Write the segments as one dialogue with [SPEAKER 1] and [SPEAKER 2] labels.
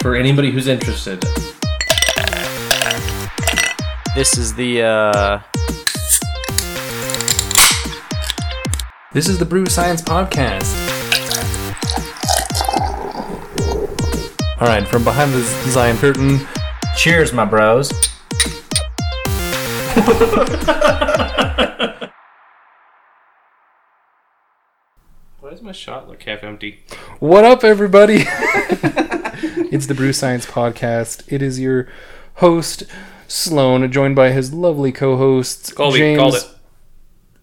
[SPEAKER 1] for anybody who's interested.
[SPEAKER 2] This is the uh
[SPEAKER 1] This is the Brew Science Podcast. All right, from behind the design curtain.
[SPEAKER 2] Cheers, my bros.
[SPEAKER 1] Why does my shot look half empty? What up, everybody? it's the Brew Science Podcast. It is your host, Sloan, joined by his lovely co hosts,
[SPEAKER 3] Colby,
[SPEAKER 1] James
[SPEAKER 3] called it.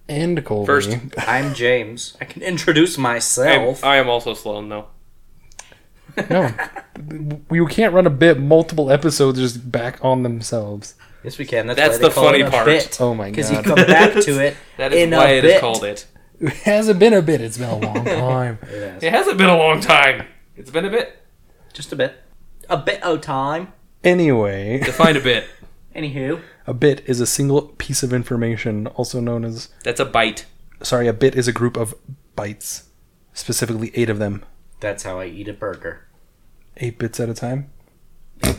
[SPEAKER 1] and Colby.
[SPEAKER 3] First.
[SPEAKER 2] I'm James. I can introduce
[SPEAKER 3] I'm,
[SPEAKER 2] myself.
[SPEAKER 3] I am also Sloan, though.
[SPEAKER 1] No. We can't run a bit multiple episodes just back on themselves.
[SPEAKER 2] yes, we can. That's,
[SPEAKER 3] That's
[SPEAKER 2] why they
[SPEAKER 3] the
[SPEAKER 2] call
[SPEAKER 3] funny
[SPEAKER 2] it a
[SPEAKER 3] part.
[SPEAKER 2] Bit,
[SPEAKER 1] Oh my
[SPEAKER 2] Because you
[SPEAKER 1] god.
[SPEAKER 2] come back to it.
[SPEAKER 3] That is
[SPEAKER 2] in
[SPEAKER 3] why
[SPEAKER 2] a
[SPEAKER 3] it is
[SPEAKER 2] bit.
[SPEAKER 3] called it.
[SPEAKER 1] it hasn't been a bit, it's been a long time.
[SPEAKER 3] It hasn't been a long time. It's been a bit.
[SPEAKER 2] Just a bit. A bit o' time.
[SPEAKER 1] anyway,
[SPEAKER 3] Define a bit.
[SPEAKER 2] Anywho.
[SPEAKER 1] a bit is a single piece of information, also known as.
[SPEAKER 3] That's a bite.
[SPEAKER 1] Sorry, a bit is a group of bytes, specifically eight of them.
[SPEAKER 2] That's how I eat a burger.
[SPEAKER 1] Eight bits at a time?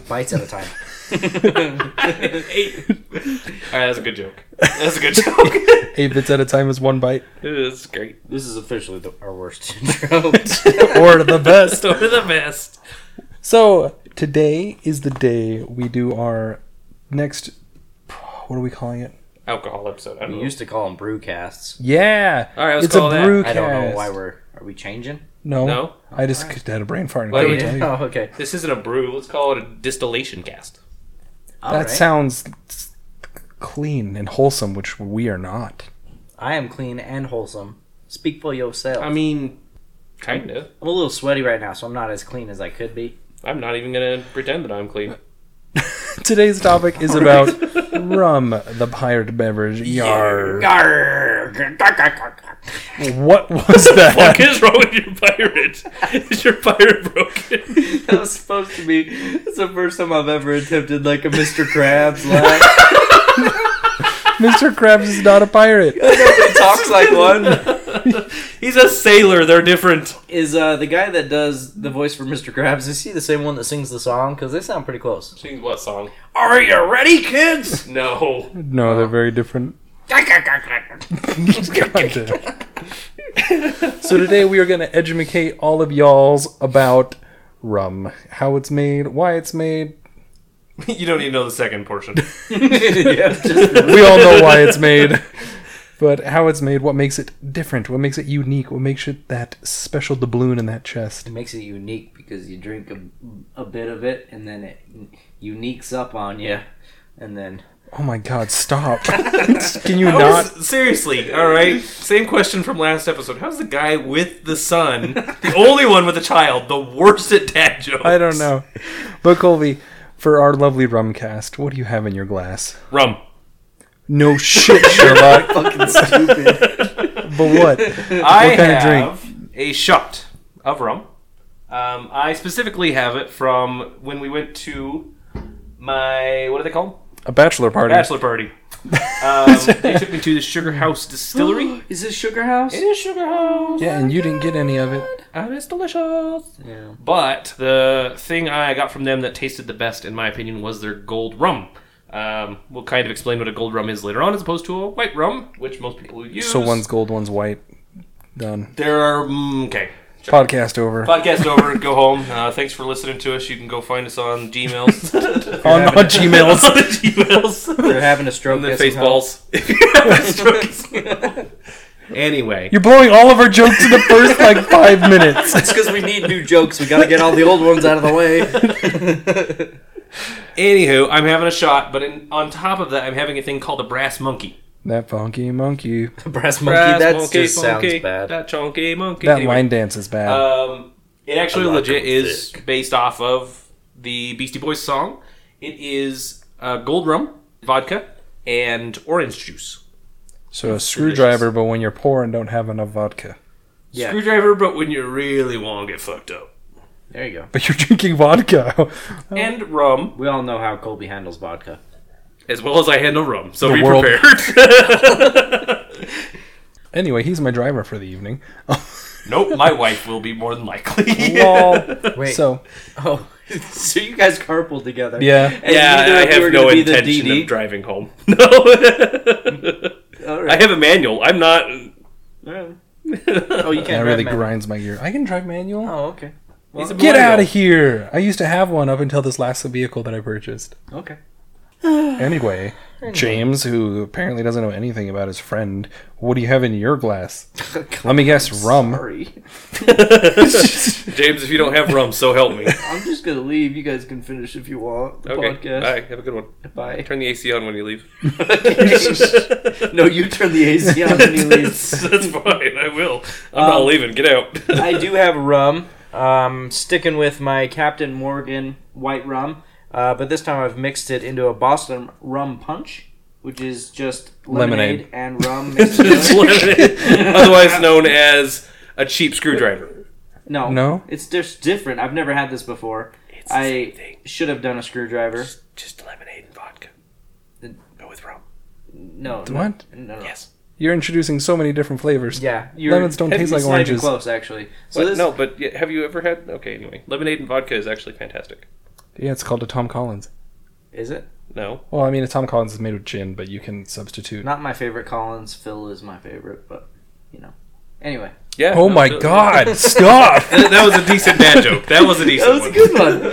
[SPEAKER 2] Bites at a time.
[SPEAKER 3] Eight. All right, that's a good joke. That's a good joke.
[SPEAKER 1] Eight bits at a time is one byte.
[SPEAKER 3] It's great.
[SPEAKER 2] this is officially the, our worst intro.
[SPEAKER 1] or the best.
[SPEAKER 3] Story the best.
[SPEAKER 1] So today is the day we do our next. What are we calling it?
[SPEAKER 3] Alcohol episode. I
[SPEAKER 2] we
[SPEAKER 3] don't know.
[SPEAKER 2] used to call them brewcasts.
[SPEAKER 1] Yeah.
[SPEAKER 3] All right, let's
[SPEAKER 1] it's a
[SPEAKER 3] call that.
[SPEAKER 1] brewcast.
[SPEAKER 2] I don't know why we're. Are we changing?
[SPEAKER 1] No.
[SPEAKER 3] No?
[SPEAKER 1] I just had a brain fart. And
[SPEAKER 3] Why
[SPEAKER 1] couldn't
[SPEAKER 3] we
[SPEAKER 1] tell you.
[SPEAKER 2] Oh, okay.
[SPEAKER 3] This isn't a brew. Let's call it a distillation cast.
[SPEAKER 2] All
[SPEAKER 1] That
[SPEAKER 2] right.
[SPEAKER 1] sounds s- clean and wholesome, which we are not.
[SPEAKER 2] I am clean and wholesome. Speak for yourself.
[SPEAKER 3] I mean, kind of.
[SPEAKER 2] I'm a little sweaty right now, so I'm not as clean as I could be.
[SPEAKER 3] I'm not even going to pretend that I'm clean.
[SPEAKER 1] Today's topic is about rum, the pirate beverage. Yar. What was
[SPEAKER 3] What
[SPEAKER 1] that?
[SPEAKER 3] is wrong with your pirate? Is your pirate broken?
[SPEAKER 2] That was supposed to be. It's the first time I've ever attempted like a Mr. Krabs laugh.
[SPEAKER 1] Mr. Krabs is not a pirate.
[SPEAKER 2] Nobody talks like one.
[SPEAKER 3] He's a sailor. They're different.
[SPEAKER 2] Is uh, the guy that does the voice for Mr. Krabs? Is he the same one that sings the song? Because they sound pretty close.
[SPEAKER 3] Sings what song?
[SPEAKER 2] Are you ready, kids?
[SPEAKER 3] No.
[SPEAKER 1] No, they're very different. so today we are going to educate all of y'all's about rum, how it's made, why it's made.
[SPEAKER 3] You don't even know the second portion.
[SPEAKER 2] yeah, just
[SPEAKER 1] We all know why it's made, but how it's made, what makes it different, what makes it unique, what makes it that special doubloon in that chest.
[SPEAKER 2] It makes it unique because you drink a, a bit of it and then it uniques up on you. And then
[SPEAKER 1] Oh my god, stop. Can you
[SPEAKER 3] How
[SPEAKER 1] not?
[SPEAKER 3] is- seriously, all right. Same question from last episode. How's the guy with the son, the only one with a child, the worst at dad jokes?
[SPEAKER 1] I don't know. But Colby, for our lovely rum cast, what do you have in your glass?
[SPEAKER 3] Rum.
[SPEAKER 1] No shit, Sherlock.
[SPEAKER 2] fucking stupid.
[SPEAKER 1] but what?
[SPEAKER 3] I
[SPEAKER 1] kind of
[SPEAKER 3] have a shot of rum. Um, I specifically have it from when we went to my what do they call
[SPEAKER 1] A bachelor party.
[SPEAKER 3] bachelor party. Um, they took me to the Sugar House Distillery.
[SPEAKER 2] Is this Sugar House?
[SPEAKER 3] It is Sugar House.
[SPEAKER 1] Yeah, and you didn't get any of it.
[SPEAKER 3] and it's delicious.
[SPEAKER 2] Yeah.
[SPEAKER 3] But the thing I got from them that tasted the best, in my opinion, was their gold rum. Um, we'll kind of explain what a gold rum is later on, as opposed to a white rum, which most people would use.
[SPEAKER 1] So one's gold, one's white. Done.
[SPEAKER 3] there are mm, okay.
[SPEAKER 1] Podcast over.
[SPEAKER 3] Podcast over. Go home. Uh, thanks for listening to us. You can go find us on Gmails,
[SPEAKER 1] On, on Gmails.
[SPEAKER 3] on the Gmails,
[SPEAKER 2] They're having a stroke.
[SPEAKER 3] and the
[SPEAKER 2] yes,
[SPEAKER 3] face
[SPEAKER 2] huh?
[SPEAKER 3] balls. If you have a stroke. anyway,
[SPEAKER 1] You're blowing all of our jokes in the first like five minutes.
[SPEAKER 2] It's because we need new jokes. We gotta get all the old ones out of the way.
[SPEAKER 3] anywho, I'm having a shot, but in, on top of that, I'm having a thing called a brass monkey.
[SPEAKER 1] That funky monkey.
[SPEAKER 2] Brass monkey.
[SPEAKER 3] Brass
[SPEAKER 2] that
[SPEAKER 3] monkey,
[SPEAKER 2] just
[SPEAKER 3] monkey,
[SPEAKER 2] sounds bad.
[SPEAKER 3] That chunky monkey.
[SPEAKER 1] That
[SPEAKER 3] Anyway.
[SPEAKER 1] line dance is bad.
[SPEAKER 3] Um, it actually
[SPEAKER 2] A rock
[SPEAKER 3] legit
[SPEAKER 2] of
[SPEAKER 3] is based off of the Beastie Boys song. It is uh, gold rum, vodka, and orange juice.
[SPEAKER 1] so a screwdriver, but when you're poor and don't have enough vodka.
[SPEAKER 2] Yeah.
[SPEAKER 3] Screwdriver, but when you really want to get fucked up.
[SPEAKER 2] there you go.
[SPEAKER 1] But you're drinking vodka.
[SPEAKER 4] Oh.
[SPEAKER 3] And rum,
[SPEAKER 2] We all know how Colby handles vodka.
[SPEAKER 3] as well as I handle rum, so be
[SPEAKER 1] world-
[SPEAKER 3] prepared.
[SPEAKER 1] anyway, he's my driver for the evening.
[SPEAKER 3] nope, my wife will be more than likely.
[SPEAKER 1] Lol.
[SPEAKER 2] Wait.
[SPEAKER 1] So
[SPEAKER 2] Oh,
[SPEAKER 4] so you guys carpool together.
[SPEAKER 1] Yeah.
[SPEAKER 4] And
[SPEAKER 3] yeah,
[SPEAKER 4] neither
[SPEAKER 3] I
[SPEAKER 4] of you are
[SPEAKER 3] have no
[SPEAKER 4] gonna be the
[SPEAKER 3] intention
[SPEAKER 4] DD.
[SPEAKER 3] of driving home. No.
[SPEAKER 4] All
[SPEAKER 3] I
[SPEAKER 4] right.
[SPEAKER 3] have a manual. I'm not.
[SPEAKER 4] Oh, you can't
[SPEAKER 1] that really
[SPEAKER 4] drive
[SPEAKER 1] grinds my gear. I can drive manual.
[SPEAKER 4] Oh, okay.
[SPEAKER 3] He's a
[SPEAKER 1] Get
[SPEAKER 3] millennial.
[SPEAKER 1] out of here! I used to have one up until this last vehicle that I purchased.
[SPEAKER 4] Okay.
[SPEAKER 1] Anyway, James, who apparently doesn't know anything about his friend, what do you have in your glass? Let me guess, rum.
[SPEAKER 4] Sorry.
[SPEAKER 3] James, if you don't have rum, so help me.
[SPEAKER 4] I'm just gonna leave. You guys can finish if you want. The
[SPEAKER 3] Okay.
[SPEAKER 4] Podcast.
[SPEAKER 3] All right. Have a good one.
[SPEAKER 4] Bye.
[SPEAKER 3] Turn the AC on when you leave.
[SPEAKER 4] no, you turn the AC on when you
[SPEAKER 3] that's,
[SPEAKER 4] leave.
[SPEAKER 3] that's fine. I will. I'm not
[SPEAKER 2] Um,
[SPEAKER 3] leaving. Get out.
[SPEAKER 2] I do have rum. Um, sticking with my Captain Morgan white rum, uh, but this time I've mixed it into a Boston rum punch, which is just lemonade,
[SPEAKER 1] Lemonade.
[SPEAKER 2] and rum. mixed together.
[SPEAKER 3] Otherwise known as a cheap screwdriver.
[SPEAKER 2] no,
[SPEAKER 1] No?
[SPEAKER 2] it's just different. I've never had this before.
[SPEAKER 3] It's
[SPEAKER 2] the I- same Should have done a screwdriver.
[SPEAKER 3] Just lemonade and vodka. But with rum.
[SPEAKER 2] No, no,
[SPEAKER 1] What?
[SPEAKER 2] No, no.
[SPEAKER 3] Yes.
[SPEAKER 1] You're introducing so many different flavors.
[SPEAKER 2] Yeah,
[SPEAKER 1] Lemons don't
[SPEAKER 2] it's
[SPEAKER 1] taste like
[SPEAKER 2] not even
[SPEAKER 1] oranges.
[SPEAKER 2] close, actually. So this,
[SPEAKER 3] no, but yeah, have you ever had? Okay, anyway. Lemonade and vodka is actually fantastic.
[SPEAKER 1] Yeah, it's called a Tom Collins.
[SPEAKER 2] is it
[SPEAKER 3] No?
[SPEAKER 1] Well, I mean, a Tom Collins is made with gin, but you can substitute.
[SPEAKER 2] not my favorite. Collins Phil is my favorite, but you know. Anyway,
[SPEAKER 3] Yeah.
[SPEAKER 1] Oh
[SPEAKER 3] no,
[SPEAKER 1] my
[SPEAKER 3] no.
[SPEAKER 1] God! Stop!
[SPEAKER 3] that that was a decent dad joke. That was a decent
[SPEAKER 2] that was a
[SPEAKER 3] one.
[SPEAKER 2] good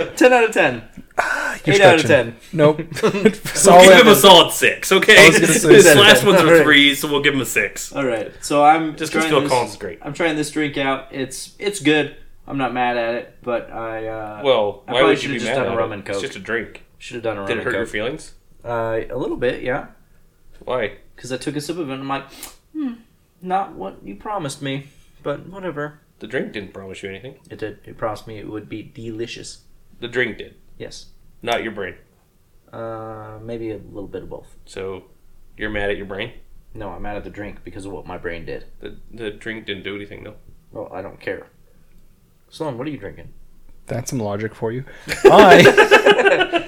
[SPEAKER 2] one. Ten out of ten.
[SPEAKER 1] You're
[SPEAKER 2] Eight out of
[SPEAKER 1] stretching.
[SPEAKER 2] ten.
[SPEAKER 1] Nope.
[SPEAKER 3] We'll
[SPEAKER 1] Solid.
[SPEAKER 3] give him a solid six, okay?
[SPEAKER 1] I was gonna say
[SPEAKER 3] His
[SPEAKER 1] that.
[SPEAKER 3] last ones were
[SPEAKER 2] Alright.
[SPEAKER 3] threes, so we'll give him a six.
[SPEAKER 2] All right, so I'm
[SPEAKER 3] Just because
[SPEAKER 2] trying
[SPEAKER 3] Phil
[SPEAKER 2] this-
[SPEAKER 3] Collins is great.
[SPEAKER 2] I'm trying this drink out. It's it's good. I'm not mad at it, but I uh,
[SPEAKER 3] Well,
[SPEAKER 2] I
[SPEAKER 3] why
[SPEAKER 2] probably
[SPEAKER 3] would you
[SPEAKER 2] should've
[SPEAKER 3] be
[SPEAKER 2] just
[SPEAKER 3] mad
[SPEAKER 2] done
[SPEAKER 3] at
[SPEAKER 2] a rum
[SPEAKER 3] it?
[SPEAKER 2] and
[SPEAKER 3] It's
[SPEAKER 2] coke.
[SPEAKER 3] just a drink.
[SPEAKER 2] should have done a
[SPEAKER 3] Did it hurt your
[SPEAKER 2] rum
[SPEAKER 3] feelings?
[SPEAKER 2] uh, a little bit, yeah,
[SPEAKER 3] Why?
[SPEAKER 2] because I took a sip of it. and I'm like, hmm, not what you promised me, but whatever.
[SPEAKER 3] The drink didn't promise you anything.
[SPEAKER 2] It did. It promised me it would be delicious.
[SPEAKER 3] The drink did,
[SPEAKER 2] Yes.
[SPEAKER 3] not your brain.
[SPEAKER 2] Uh, maybe a little bit of both.
[SPEAKER 3] So you're mad at your brain?
[SPEAKER 2] No, I'm mad at the drink because of what my brain did.
[SPEAKER 3] The, the drink didn't do anything, though.
[SPEAKER 2] Well, I don't care. Sloan, what are you drinking?
[SPEAKER 1] That's some logic for you. I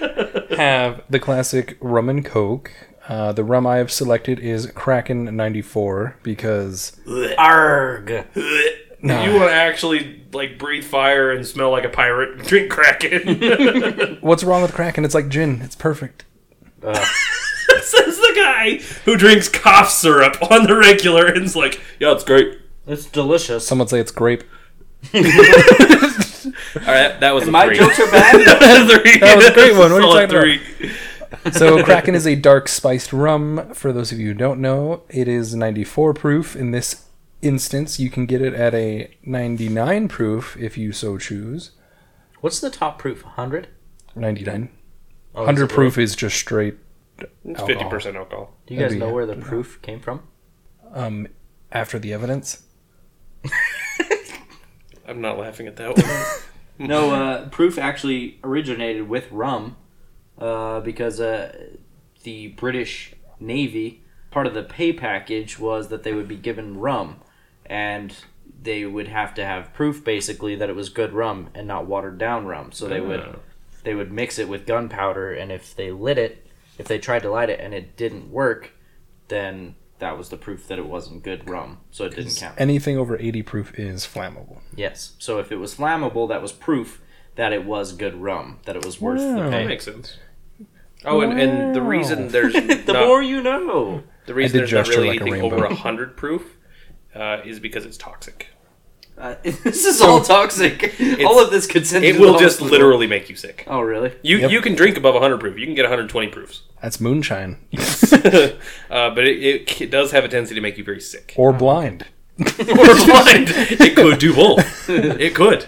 [SPEAKER 1] have the classic rum and coke. Uh, the rum I have selected is Kraken 94 because
[SPEAKER 2] Arg.
[SPEAKER 1] Nah.
[SPEAKER 3] You want to actually like breathe fire and smell like a pirate, and drink Kraken. Says
[SPEAKER 1] what's wrong with Kraken? It's like gin. It's perfect.
[SPEAKER 3] the guy who drinks cough syrup on the regular and's like, "Yeah, it's great."
[SPEAKER 2] It's delicious.
[SPEAKER 1] Some would say it's grape.
[SPEAKER 3] All right, that was a
[SPEAKER 2] My
[SPEAKER 3] three.
[SPEAKER 2] jokes are bad.
[SPEAKER 3] that was a three.
[SPEAKER 1] That was a great one. What are you
[SPEAKER 3] Solid
[SPEAKER 1] talking
[SPEAKER 3] three.
[SPEAKER 1] So Kraken is a dark spiced rum. For those of you who don't know, it is 94 proof. In this instance, you can get it at a 99 proof if you so choose.
[SPEAKER 2] What's the top proof? 100?
[SPEAKER 1] 99.
[SPEAKER 2] Oh,
[SPEAKER 1] 100
[SPEAKER 2] that's a little-
[SPEAKER 1] proof is just straight
[SPEAKER 3] It's fifty percent alcohol.
[SPEAKER 2] Do you guys
[SPEAKER 1] That'd be-
[SPEAKER 2] know where the proof came from?
[SPEAKER 1] um, after the evidence.
[SPEAKER 3] I'm not laughing at that one.
[SPEAKER 2] No, uh, proof actually originated with rum uh, because uh, the British Navy, part of the pay package was that they would be given rum and they would have to have proof basically that it was good rum and not watered down rum. So they would
[SPEAKER 3] Oh.
[SPEAKER 2] they would mix it with gunpowder and if they lit it, if they tried to light it and it didn't work, then that was the proof that it wasn't good rum. So it didn't count.
[SPEAKER 1] Anything over 80 proof is flammable.
[SPEAKER 2] Yes. So if it was flammable, that was proof that it was good rum, that it was worth
[SPEAKER 1] Wow.
[SPEAKER 2] the
[SPEAKER 3] that
[SPEAKER 2] pay.
[SPEAKER 3] makes sense. Oh, and, and the
[SPEAKER 1] Wow.
[SPEAKER 3] reason there's
[SPEAKER 2] the
[SPEAKER 3] not-
[SPEAKER 2] more you know.
[SPEAKER 3] the reason
[SPEAKER 1] did
[SPEAKER 3] there's not
[SPEAKER 1] gesture
[SPEAKER 3] really
[SPEAKER 1] like a
[SPEAKER 3] anything
[SPEAKER 1] rainbow.
[SPEAKER 3] over hundred proof uh, is because it's toxic.
[SPEAKER 2] Uh, this is all toxic. all of this could send you
[SPEAKER 3] It
[SPEAKER 2] to
[SPEAKER 3] will
[SPEAKER 2] the
[SPEAKER 3] just
[SPEAKER 2] hospital.
[SPEAKER 3] literally make you sick.
[SPEAKER 2] Oh really?
[SPEAKER 3] You
[SPEAKER 1] Yep.
[SPEAKER 3] you can drink above 100 proof. You can get 120 proofs.
[SPEAKER 1] That's moonshine.
[SPEAKER 3] uh, but it, it, c- does have a tendency to make you very sick.
[SPEAKER 1] Or blind.
[SPEAKER 3] Or blind. It could do both. It could.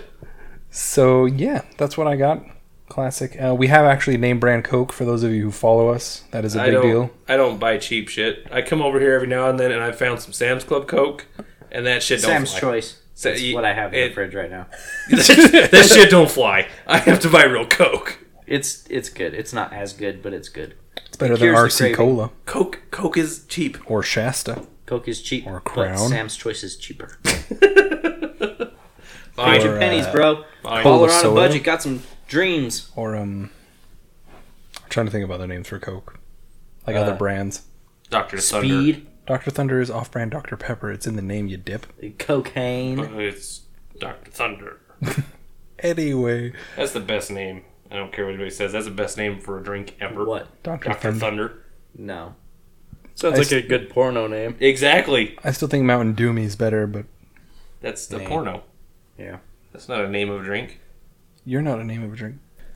[SPEAKER 1] So, yeah, that's what I got. Classic. Uh, we have actually name brand Coke for those of you who follow us. That is a
[SPEAKER 3] I
[SPEAKER 1] big
[SPEAKER 3] don't,
[SPEAKER 1] deal.
[SPEAKER 3] I don't buy cheap shit. I come over here every now and then and I found some Sam's Club Coke. And that shit don't
[SPEAKER 2] Sam's
[SPEAKER 3] fly.
[SPEAKER 2] choice.
[SPEAKER 3] So
[SPEAKER 2] That's
[SPEAKER 3] you-
[SPEAKER 2] what I have in
[SPEAKER 3] it-
[SPEAKER 2] the fridge right now.
[SPEAKER 3] that shit don't fly. I have to buy real Coke.
[SPEAKER 2] It's it's good. It's not as good, but it's good.
[SPEAKER 1] It's better than
[SPEAKER 2] cures the
[SPEAKER 1] RC
[SPEAKER 2] craving.
[SPEAKER 1] Cola
[SPEAKER 3] Coke Coke is cheap.
[SPEAKER 1] or Shasta.
[SPEAKER 2] Coke is cheap,
[SPEAKER 1] Or
[SPEAKER 2] but
[SPEAKER 1] Crown.
[SPEAKER 2] Sam's Choice is cheaper.
[SPEAKER 3] Fine.
[SPEAKER 2] Get your
[SPEAKER 1] Or,
[SPEAKER 2] pennies,
[SPEAKER 1] uh,
[SPEAKER 2] bro.
[SPEAKER 3] Fine.
[SPEAKER 2] All
[SPEAKER 1] Cola
[SPEAKER 2] around a
[SPEAKER 1] soda.
[SPEAKER 2] budget. Got some dreams.
[SPEAKER 1] Or, um, I'm trying to think of other names for Coke. Like other
[SPEAKER 3] Uh.
[SPEAKER 1] brands.
[SPEAKER 3] Dr. Thunder.
[SPEAKER 2] Speed,
[SPEAKER 1] Dr. Thunder is off brand Dr. Pepper. It's in the name, you dip.
[SPEAKER 2] cocaine.
[SPEAKER 3] It's Dr. Uh, Thunder.
[SPEAKER 1] anyway.
[SPEAKER 3] That's the best name. I don't care what anybody says. That's the best name for a drink ever.
[SPEAKER 2] What?
[SPEAKER 1] Dr.
[SPEAKER 3] Dr.
[SPEAKER 1] Thunder.
[SPEAKER 3] Thunder.
[SPEAKER 2] No.
[SPEAKER 1] I
[SPEAKER 2] Sounds like
[SPEAKER 1] s-
[SPEAKER 2] a good porno name.
[SPEAKER 3] Exactly.
[SPEAKER 1] I still think Mountain Dew is better, but
[SPEAKER 3] That's the
[SPEAKER 2] Name.
[SPEAKER 3] porno.
[SPEAKER 2] Yeah.
[SPEAKER 3] That's not a name of a drink.
[SPEAKER 1] you're not a name of a drink.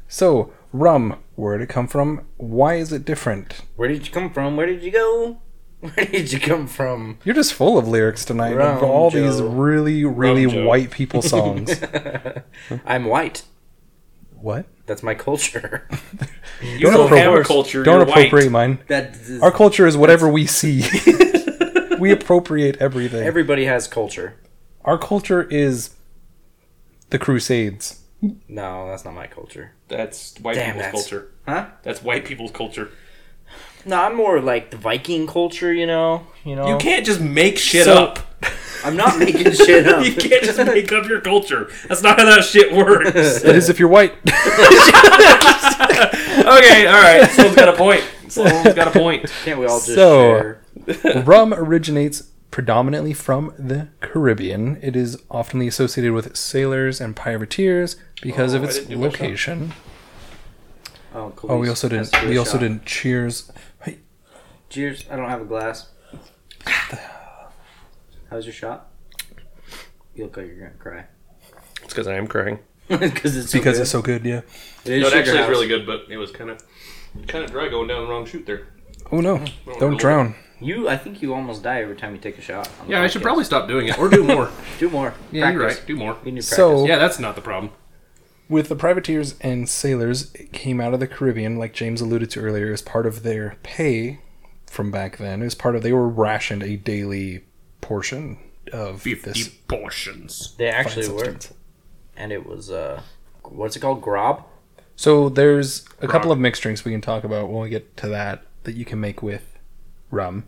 [SPEAKER 1] So, rum, where did it come from? Why is it different?
[SPEAKER 2] Where did you come from? Where did you go? Where did you come from?
[SPEAKER 1] You're just full of lyrics tonight of
[SPEAKER 2] Rum,
[SPEAKER 1] all
[SPEAKER 2] Joe.
[SPEAKER 1] these really, really
[SPEAKER 3] Joe.
[SPEAKER 1] white people songs.
[SPEAKER 2] I'm white.
[SPEAKER 1] what?
[SPEAKER 2] That's my culture.
[SPEAKER 3] You don't, have a culture.
[SPEAKER 1] Don't
[SPEAKER 3] you're White.
[SPEAKER 1] appropriate mine.
[SPEAKER 2] That is,
[SPEAKER 1] Our culture is whatever we see. we appropriate everything.
[SPEAKER 2] everybody has culture.
[SPEAKER 1] Our culture is the Crusades.
[SPEAKER 2] No, that's not my culture.
[SPEAKER 3] That's white
[SPEAKER 2] Damn,
[SPEAKER 3] people's
[SPEAKER 2] that's-
[SPEAKER 3] culture.
[SPEAKER 2] Huh?
[SPEAKER 3] That's white people's culture.
[SPEAKER 2] No, I'm more like the Viking culture. You know. You know.
[SPEAKER 3] You can't just make shit
[SPEAKER 1] So-
[SPEAKER 3] up.
[SPEAKER 2] I'm not making shit up.
[SPEAKER 3] You can't just make up your culture. That's not how that shit works.
[SPEAKER 1] It is if you're white.
[SPEAKER 3] okay, all right. Someone's got a point. Someone's got a point.
[SPEAKER 2] Can't we all just
[SPEAKER 1] So-
[SPEAKER 2] share?
[SPEAKER 1] Rum originates predominantly from the Caribbean. It is often associated with sailors and privateers because of
[SPEAKER 3] Oh, I
[SPEAKER 1] its
[SPEAKER 3] didn't do my shot.
[SPEAKER 1] location.
[SPEAKER 2] Oh,
[SPEAKER 1] Oh, we also didn't. We also didn't. Cheers.
[SPEAKER 2] Cheers. I don't have a glass. How's your shot? You look like you're gonna cry.
[SPEAKER 3] It's because I am crying.
[SPEAKER 2] because it's so
[SPEAKER 1] Because
[SPEAKER 2] good.
[SPEAKER 1] it's so good, yeah.
[SPEAKER 2] It is
[SPEAKER 3] No, it
[SPEAKER 2] Sugar
[SPEAKER 3] actually is
[SPEAKER 2] House.
[SPEAKER 3] really good, but it was kind of kind of dry going down the wrong chute there.
[SPEAKER 1] Oh no!
[SPEAKER 3] really.
[SPEAKER 1] Don't drown.
[SPEAKER 2] You, I think you almost die every time you take a shot. on the
[SPEAKER 3] Yeah, I should
[SPEAKER 2] podcast.
[SPEAKER 3] probably stop doing it or do more.
[SPEAKER 2] do more.
[SPEAKER 3] yeah, you're
[SPEAKER 2] Practice.
[SPEAKER 3] right. Do more.
[SPEAKER 2] You need practice.
[SPEAKER 1] So-
[SPEAKER 3] Yeah, that's not the problem.
[SPEAKER 1] With the privateers and sailors, it came out of the Caribbean, like James alluded to earlier, as part of their pay from back then. As part of they were rationed a daily portion of
[SPEAKER 3] Fifty
[SPEAKER 1] this
[SPEAKER 3] portions.
[SPEAKER 2] they
[SPEAKER 1] fine
[SPEAKER 2] actually were,
[SPEAKER 1] substance.
[SPEAKER 2] and it was uh, what's it called? Grob.
[SPEAKER 1] So there's a couple of mixed drinks we can talk about when we get to that that you can make with rum.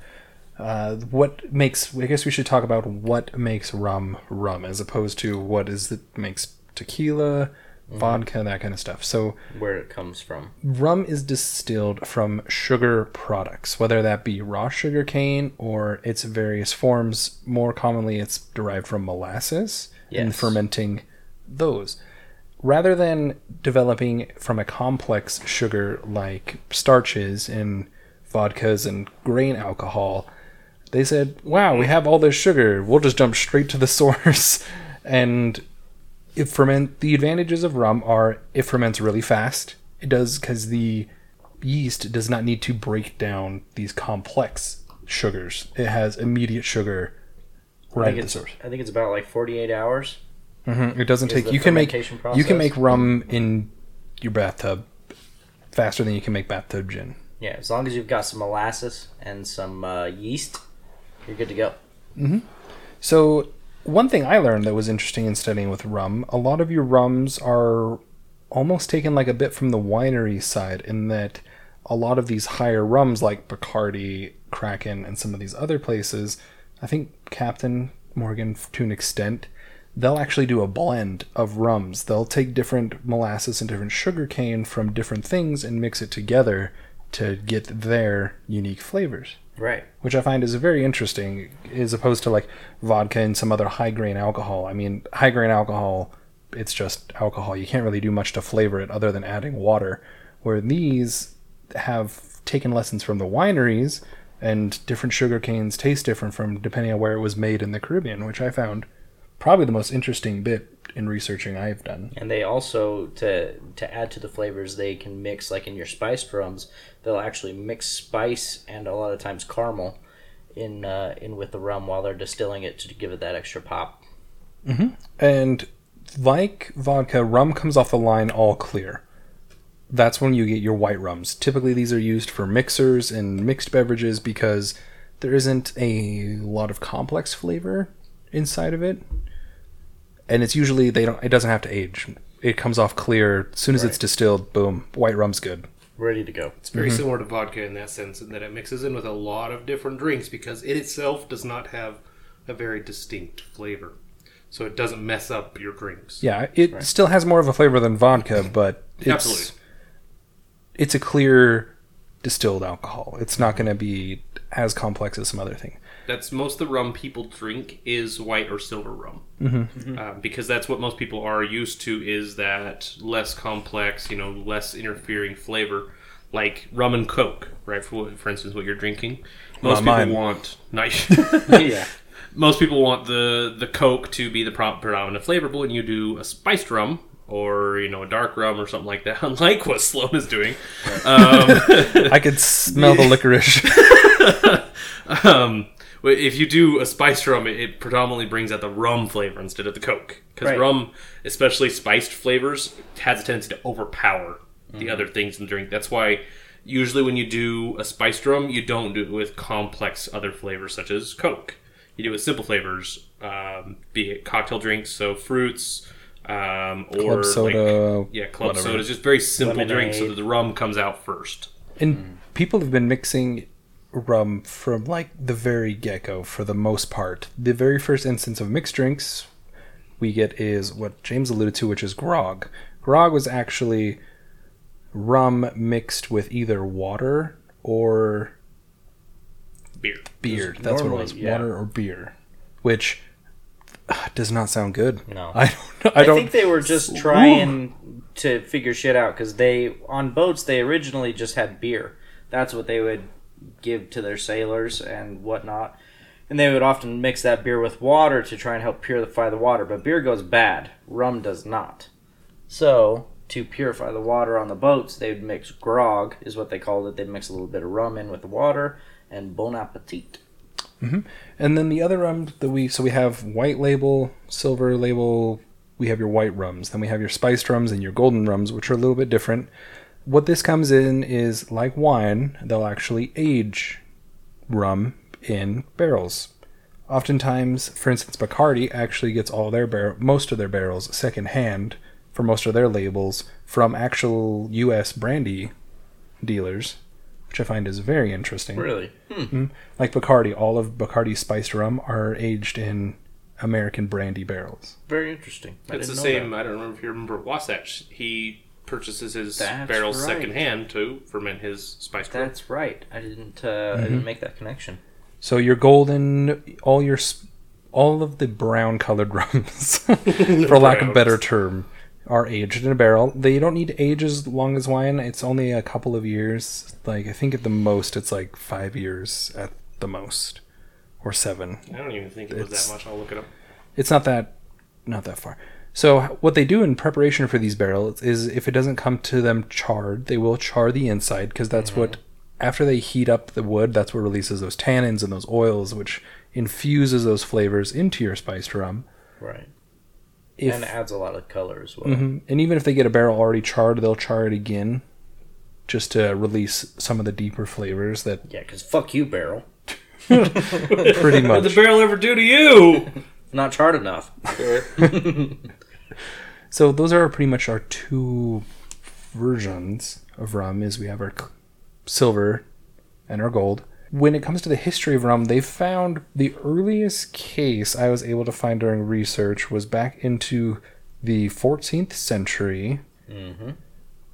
[SPEAKER 1] Uh, what makes? I guess we should talk about what makes rum rum as opposed to what is that makes tequila,
[SPEAKER 2] Mm-hmm.
[SPEAKER 1] vodka, that kind of stuff. So
[SPEAKER 2] Where it comes from.
[SPEAKER 1] rum is distilled from sugar products, whether that be raw sugar cane or its various forms. More commonly, it's derived from molasses and
[SPEAKER 2] Yes.
[SPEAKER 1] fermenting those. Rather than developing from a complex sugar like starches in vodkas and grain alcohol, they said, wow, we have all this sugar. We'll just jump straight to the source. and it ferment the advantages of rum are it ferments really fast. It does because the yeast does not need to break down these complex sugars. It has immediate sugar
[SPEAKER 2] I
[SPEAKER 1] right
[SPEAKER 2] think
[SPEAKER 1] at the
[SPEAKER 2] it's.
[SPEAKER 1] source.
[SPEAKER 2] I think it's about like 48 hours.
[SPEAKER 1] hmm It doesn't
[SPEAKER 2] is
[SPEAKER 1] take.
[SPEAKER 2] the
[SPEAKER 1] You can make
[SPEAKER 2] fermentation
[SPEAKER 1] you can
[SPEAKER 2] process.
[SPEAKER 1] make rum in your bathtub faster than you can make bathtub gin.
[SPEAKER 2] Yeah, as long as you've got some molasses and some uh, yeast, you're good to go.
[SPEAKER 1] So one thing I learned that was interesting in studying with rum, a lot of your rums are almost taken like a bit from the winery side in that a lot of these higher rums like Bacardi, Kraken, and some of these other places, I think Captain Morgan f- to an extent, they'll actually do a blend of rums. They'll take different molasses and different sugar cane from different things and mix it together to get their unique flavors
[SPEAKER 2] Right.
[SPEAKER 1] which I find is very interesting, as opposed to like vodka and some other high grain alcohol. I mean, high grain alcohol, it's just alcohol. You can't really do much to flavor it other than adding water. Where these have taken lessons from the wineries, and different sugar canes taste different from depending on where it was made in the Caribbean, which I found probably the most interesting bit in researching I've done.
[SPEAKER 2] And they also to to add to the flavors, they can mix like in your spice drums. They'll actually mix spice and a lot of times caramel in uh, in with the rum while they're distilling it to give it that extra pop.
[SPEAKER 1] And like vodka, rum comes off the line all clear. That's when you get your white rums. Typically, these are used for mixers and mixed beverages because there isn't a lot of complex flavor inside of it. And it's usually they don't. It doesn't have to age. It comes off clear as soon as it's distilled. Boom, white rum's good.
[SPEAKER 2] Ready to go.
[SPEAKER 3] It's very similar to vodka in that sense, in that it mixes in with a lot of different drinks because it itself does not have a very distinct flavor, so it doesn't mess up your drinks.
[SPEAKER 1] Yeah, it still has more of a flavor than vodka, but it's
[SPEAKER 3] Absolutely.
[SPEAKER 1] it's a clear distilled alcohol. It's not going to be as complex as some other thing.
[SPEAKER 3] That's most of the rum people drink is white or silver rum,
[SPEAKER 1] Mhm.
[SPEAKER 3] Uh, because that's what most people are used to. Is that less complex, you know, less interfering flavor, like rum and coke, right? For what- for instance, what you're drinking, most
[SPEAKER 1] Not
[SPEAKER 3] people
[SPEAKER 1] mine.
[SPEAKER 3] want nice.
[SPEAKER 2] yeah.
[SPEAKER 3] most people want the the coke to be the pro- predominant flavorful, and you do a spiced rum or you know a dark rum or something like that, unlike what Sloan is doing.
[SPEAKER 1] I could smell the licorice.
[SPEAKER 3] Um, well, if you do a spiced rum, it, it predominantly brings out the rum flavor instead of the Coke. Because
[SPEAKER 2] Right.
[SPEAKER 3] rum, especially spiced flavors, has a tendency to overpower
[SPEAKER 1] Mm-hmm.
[SPEAKER 3] the other things in the drink. That's why usually when you do a spiced rum, you don't do it with complex other flavors such as Coke. You do it with simple flavors, um, be it cocktail drinks, so fruits, um, or
[SPEAKER 1] Club soda,
[SPEAKER 3] like, yeah, club
[SPEAKER 1] whatever.
[SPEAKER 3] sodas, just very simple drinks, so
[SPEAKER 2] Lemonade.
[SPEAKER 3] that the rum comes out first.
[SPEAKER 1] And people have been mixing rum from like the very get go for the most part. The very first instance of mixed drinks we get is what James alluded to, which is grog. Grog was actually rum mixed with either water or
[SPEAKER 3] Beer.
[SPEAKER 1] beer. That's what it
[SPEAKER 2] normally,
[SPEAKER 1] was
[SPEAKER 2] yeah.
[SPEAKER 1] water or beer, which uh, does not sound good.
[SPEAKER 2] No.
[SPEAKER 1] I don't know. I
[SPEAKER 2] I,
[SPEAKER 1] don't.
[SPEAKER 2] think they were just trying to figure shit out because they on boats they originally just had beer. That's what they would give to their sailors and whatnot, and they would often mix that beer with water to try and help purify the water. But beer goes bad. Rum does not. So to purify the water on the boats, they would mix grog is what they called it. They'd mix a little bit of rum in with the water and bon appetit.
[SPEAKER 1] And then the other rum that we so we have white label, silver label, we have your white rums, then we have your spiced rums and your golden rums, which are a little bit different. What this comes in is like wine, they'll actually age rum in barrels. Oftentimes, for instance, Bacardi actually gets all their bar- most of their barrels secondhand for most of their labels from actual U.S. brandy dealers, which I find is very interesting
[SPEAKER 2] Really?
[SPEAKER 1] like Bacardi, all of Bacardi's spiced rum are aged in American brandy barrels.
[SPEAKER 2] Very interesting. I
[SPEAKER 3] It's the
[SPEAKER 2] didn't know
[SPEAKER 3] same.
[SPEAKER 2] that.
[SPEAKER 3] I don't remember if you remember Wasatch. He purchases his
[SPEAKER 2] That's
[SPEAKER 3] barrels
[SPEAKER 2] right.
[SPEAKER 3] secondhand to ferment his spiced rum.
[SPEAKER 2] That's right. I didn't. Uh, I
[SPEAKER 1] Mm-hmm.
[SPEAKER 2] didn't make that connection.
[SPEAKER 1] So your golden, all your, sp- all of the brown colored rums, for lack of a
[SPEAKER 3] Browns.
[SPEAKER 1] better term, are aged in a barrel. They don't need to age as long as wine. It's only a couple of years. Like I think at the most, it's like five years at the most, or seven.
[SPEAKER 3] I don't even think it was
[SPEAKER 1] It's-
[SPEAKER 3] that much. I'll look it up.
[SPEAKER 1] it's not that not that far so h- what they do in preparation for these barrels is if it doesn't come to them charred they will char the inside because that's what after they heat up the wood that's what releases those tannins and those oils which infuses those flavors into your spiced rum
[SPEAKER 2] Right.
[SPEAKER 1] if
[SPEAKER 2] and it adds a lot of color as well.
[SPEAKER 1] Mhm. and even if they get a barrel already charred they'll char it again just to release some of the deeper flavors that
[SPEAKER 2] Yeah, because fuck you, barrel.
[SPEAKER 1] pretty
[SPEAKER 3] What
[SPEAKER 1] much
[SPEAKER 3] did the barrel ever do to you?
[SPEAKER 2] Not charred enough.
[SPEAKER 1] So those are pretty much our two versions of rum is we have our c- silver and our gold. When it comes to the history of rum, they found the earliest case I was able to find during research was back into the 14th century
[SPEAKER 2] Mm-hmm.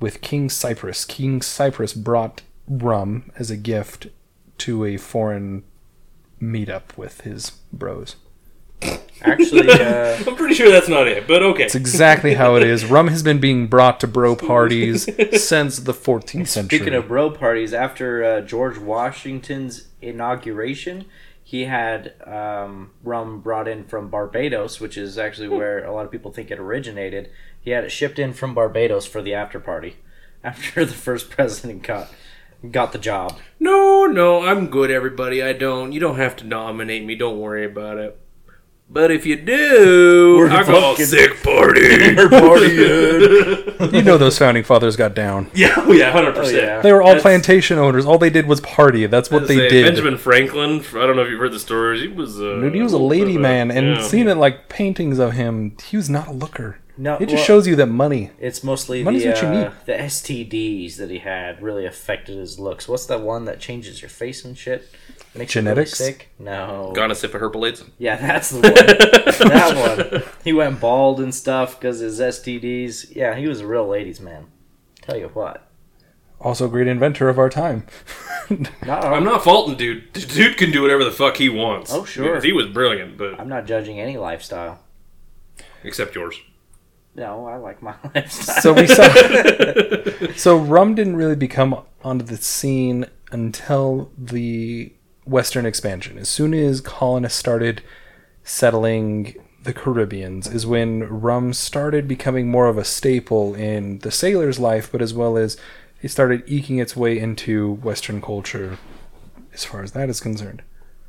[SPEAKER 1] with King Cyprus. King Cyprus brought rum as a gift to a foreign meetup with his bros.
[SPEAKER 2] Actually, uh,
[SPEAKER 3] I'm pretty sure that's not it, but okay.
[SPEAKER 1] It's exactly how it is. Rum has been being brought to bro parties since the 14th century.
[SPEAKER 2] speaking of bro parties, after uh, George Washington's inauguration, he had um, rum brought in from Barbados, which is actually
[SPEAKER 1] Hmm.
[SPEAKER 2] where a lot of people think it originated. He had it shipped in from Barbados for the after party after the first president got got the job.
[SPEAKER 3] No, no, I'm good, everybody. I don't. You don't have to nominate me. Don't worry about it. But if you do, I call
[SPEAKER 2] fucking-
[SPEAKER 3] sick party.
[SPEAKER 1] you know those founding fathers got down.
[SPEAKER 3] yeah, oh yeah, hundred
[SPEAKER 2] yeah.
[SPEAKER 3] percent.
[SPEAKER 1] They were all
[SPEAKER 2] That's-
[SPEAKER 1] plantation owners. All they did was party. That's what they did.
[SPEAKER 3] Benjamin Franklin. I don't know if you've heard the stories. He was. Uh,
[SPEAKER 1] Dude, he was a
[SPEAKER 3] little bit
[SPEAKER 1] lady
[SPEAKER 3] of
[SPEAKER 1] man, and
[SPEAKER 3] yeah.
[SPEAKER 1] seeing it like paintings of him, he was not a looker.
[SPEAKER 2] No,
[SPEAKER 1] It just
[SPEAKER 2] well-
[SPEAKER 1] shows you that money.
[SPEAKER 2] It's mostly
[SPEAKER 1] Money's
[SPEAKER 2] the
[SPEAKER 1] what you
[SPEAKER 2] uh,
[SPEAKER 1] need.
[SPEAKER 2] the STDs that he had really affected his looks. What's that one that changes your face and shit? Makes you really
[SPEAKER 1] Genetics?
[SPEAKER 2] sick? No.
[SPEAKER 3] Got a sip of Herbalades.
[SPEAKER 2] Yeah, that's the one. that one. He went bald and stuff because his STDs. Yeah, he was a real ladies man. Tell you what.
[SPEAKER 1] also a great inventor of our time.
[SPEAKER 2] Not
[SPEAKER 3] I'm not faulting dude. D- Dude can do whatever the fuck he wants.
[SPEAKER 2] Oh, sure.
[SPEAKER 3] He was brilliant, but
[SPEAKER 2] I'm not judging any lifestyle.
[SPEAKER 3] except yours.
[SPEAKER 2] No, I like my lifestyle.
[SPEAKER 1] so we saw. so rum didn't really become onto the scene until the Western expansion. As soon as colonists started settling the Caribbeans, is when rum started becoming more of a staple in the sailor's life, but as well as it started eking its way into Western culture, as far as that is concerned.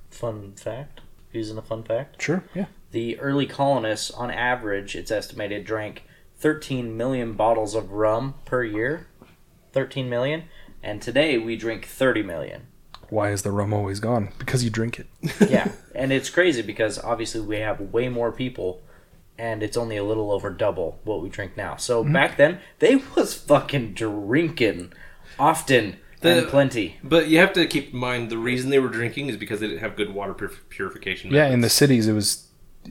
[SPEAKER 2] fun fact. Using a fun fact.
[SPEAKER 1] Sure. Yeah.
[SPEAKER 2] The early colonists, on average, it's estimated, drank 13 million bottles of rum per year. 13 million. And today we drink 30 million.
[SPEAKER 1] Why is the rum always gone? Because you drink it.
[SPEAKER 2] Yeah. and it's crazy because obviously we have way more people and it's only a little over double what we drink now. So
[SPEAKER 1] Mm-hmm.
[SPEAKER 2] back then, they was fucking drinking often
[SPEAKER 3] The-
[SPEAKER 2] and plenty.
[SPEAKER 3] But you have to keep in mind the reason they were drinking is because they didn't have good water pur- purification.
[SPEAKER 1] Yeah, in the
[SPEAKER 3] methods.
[SPEAKER 1] cities, it was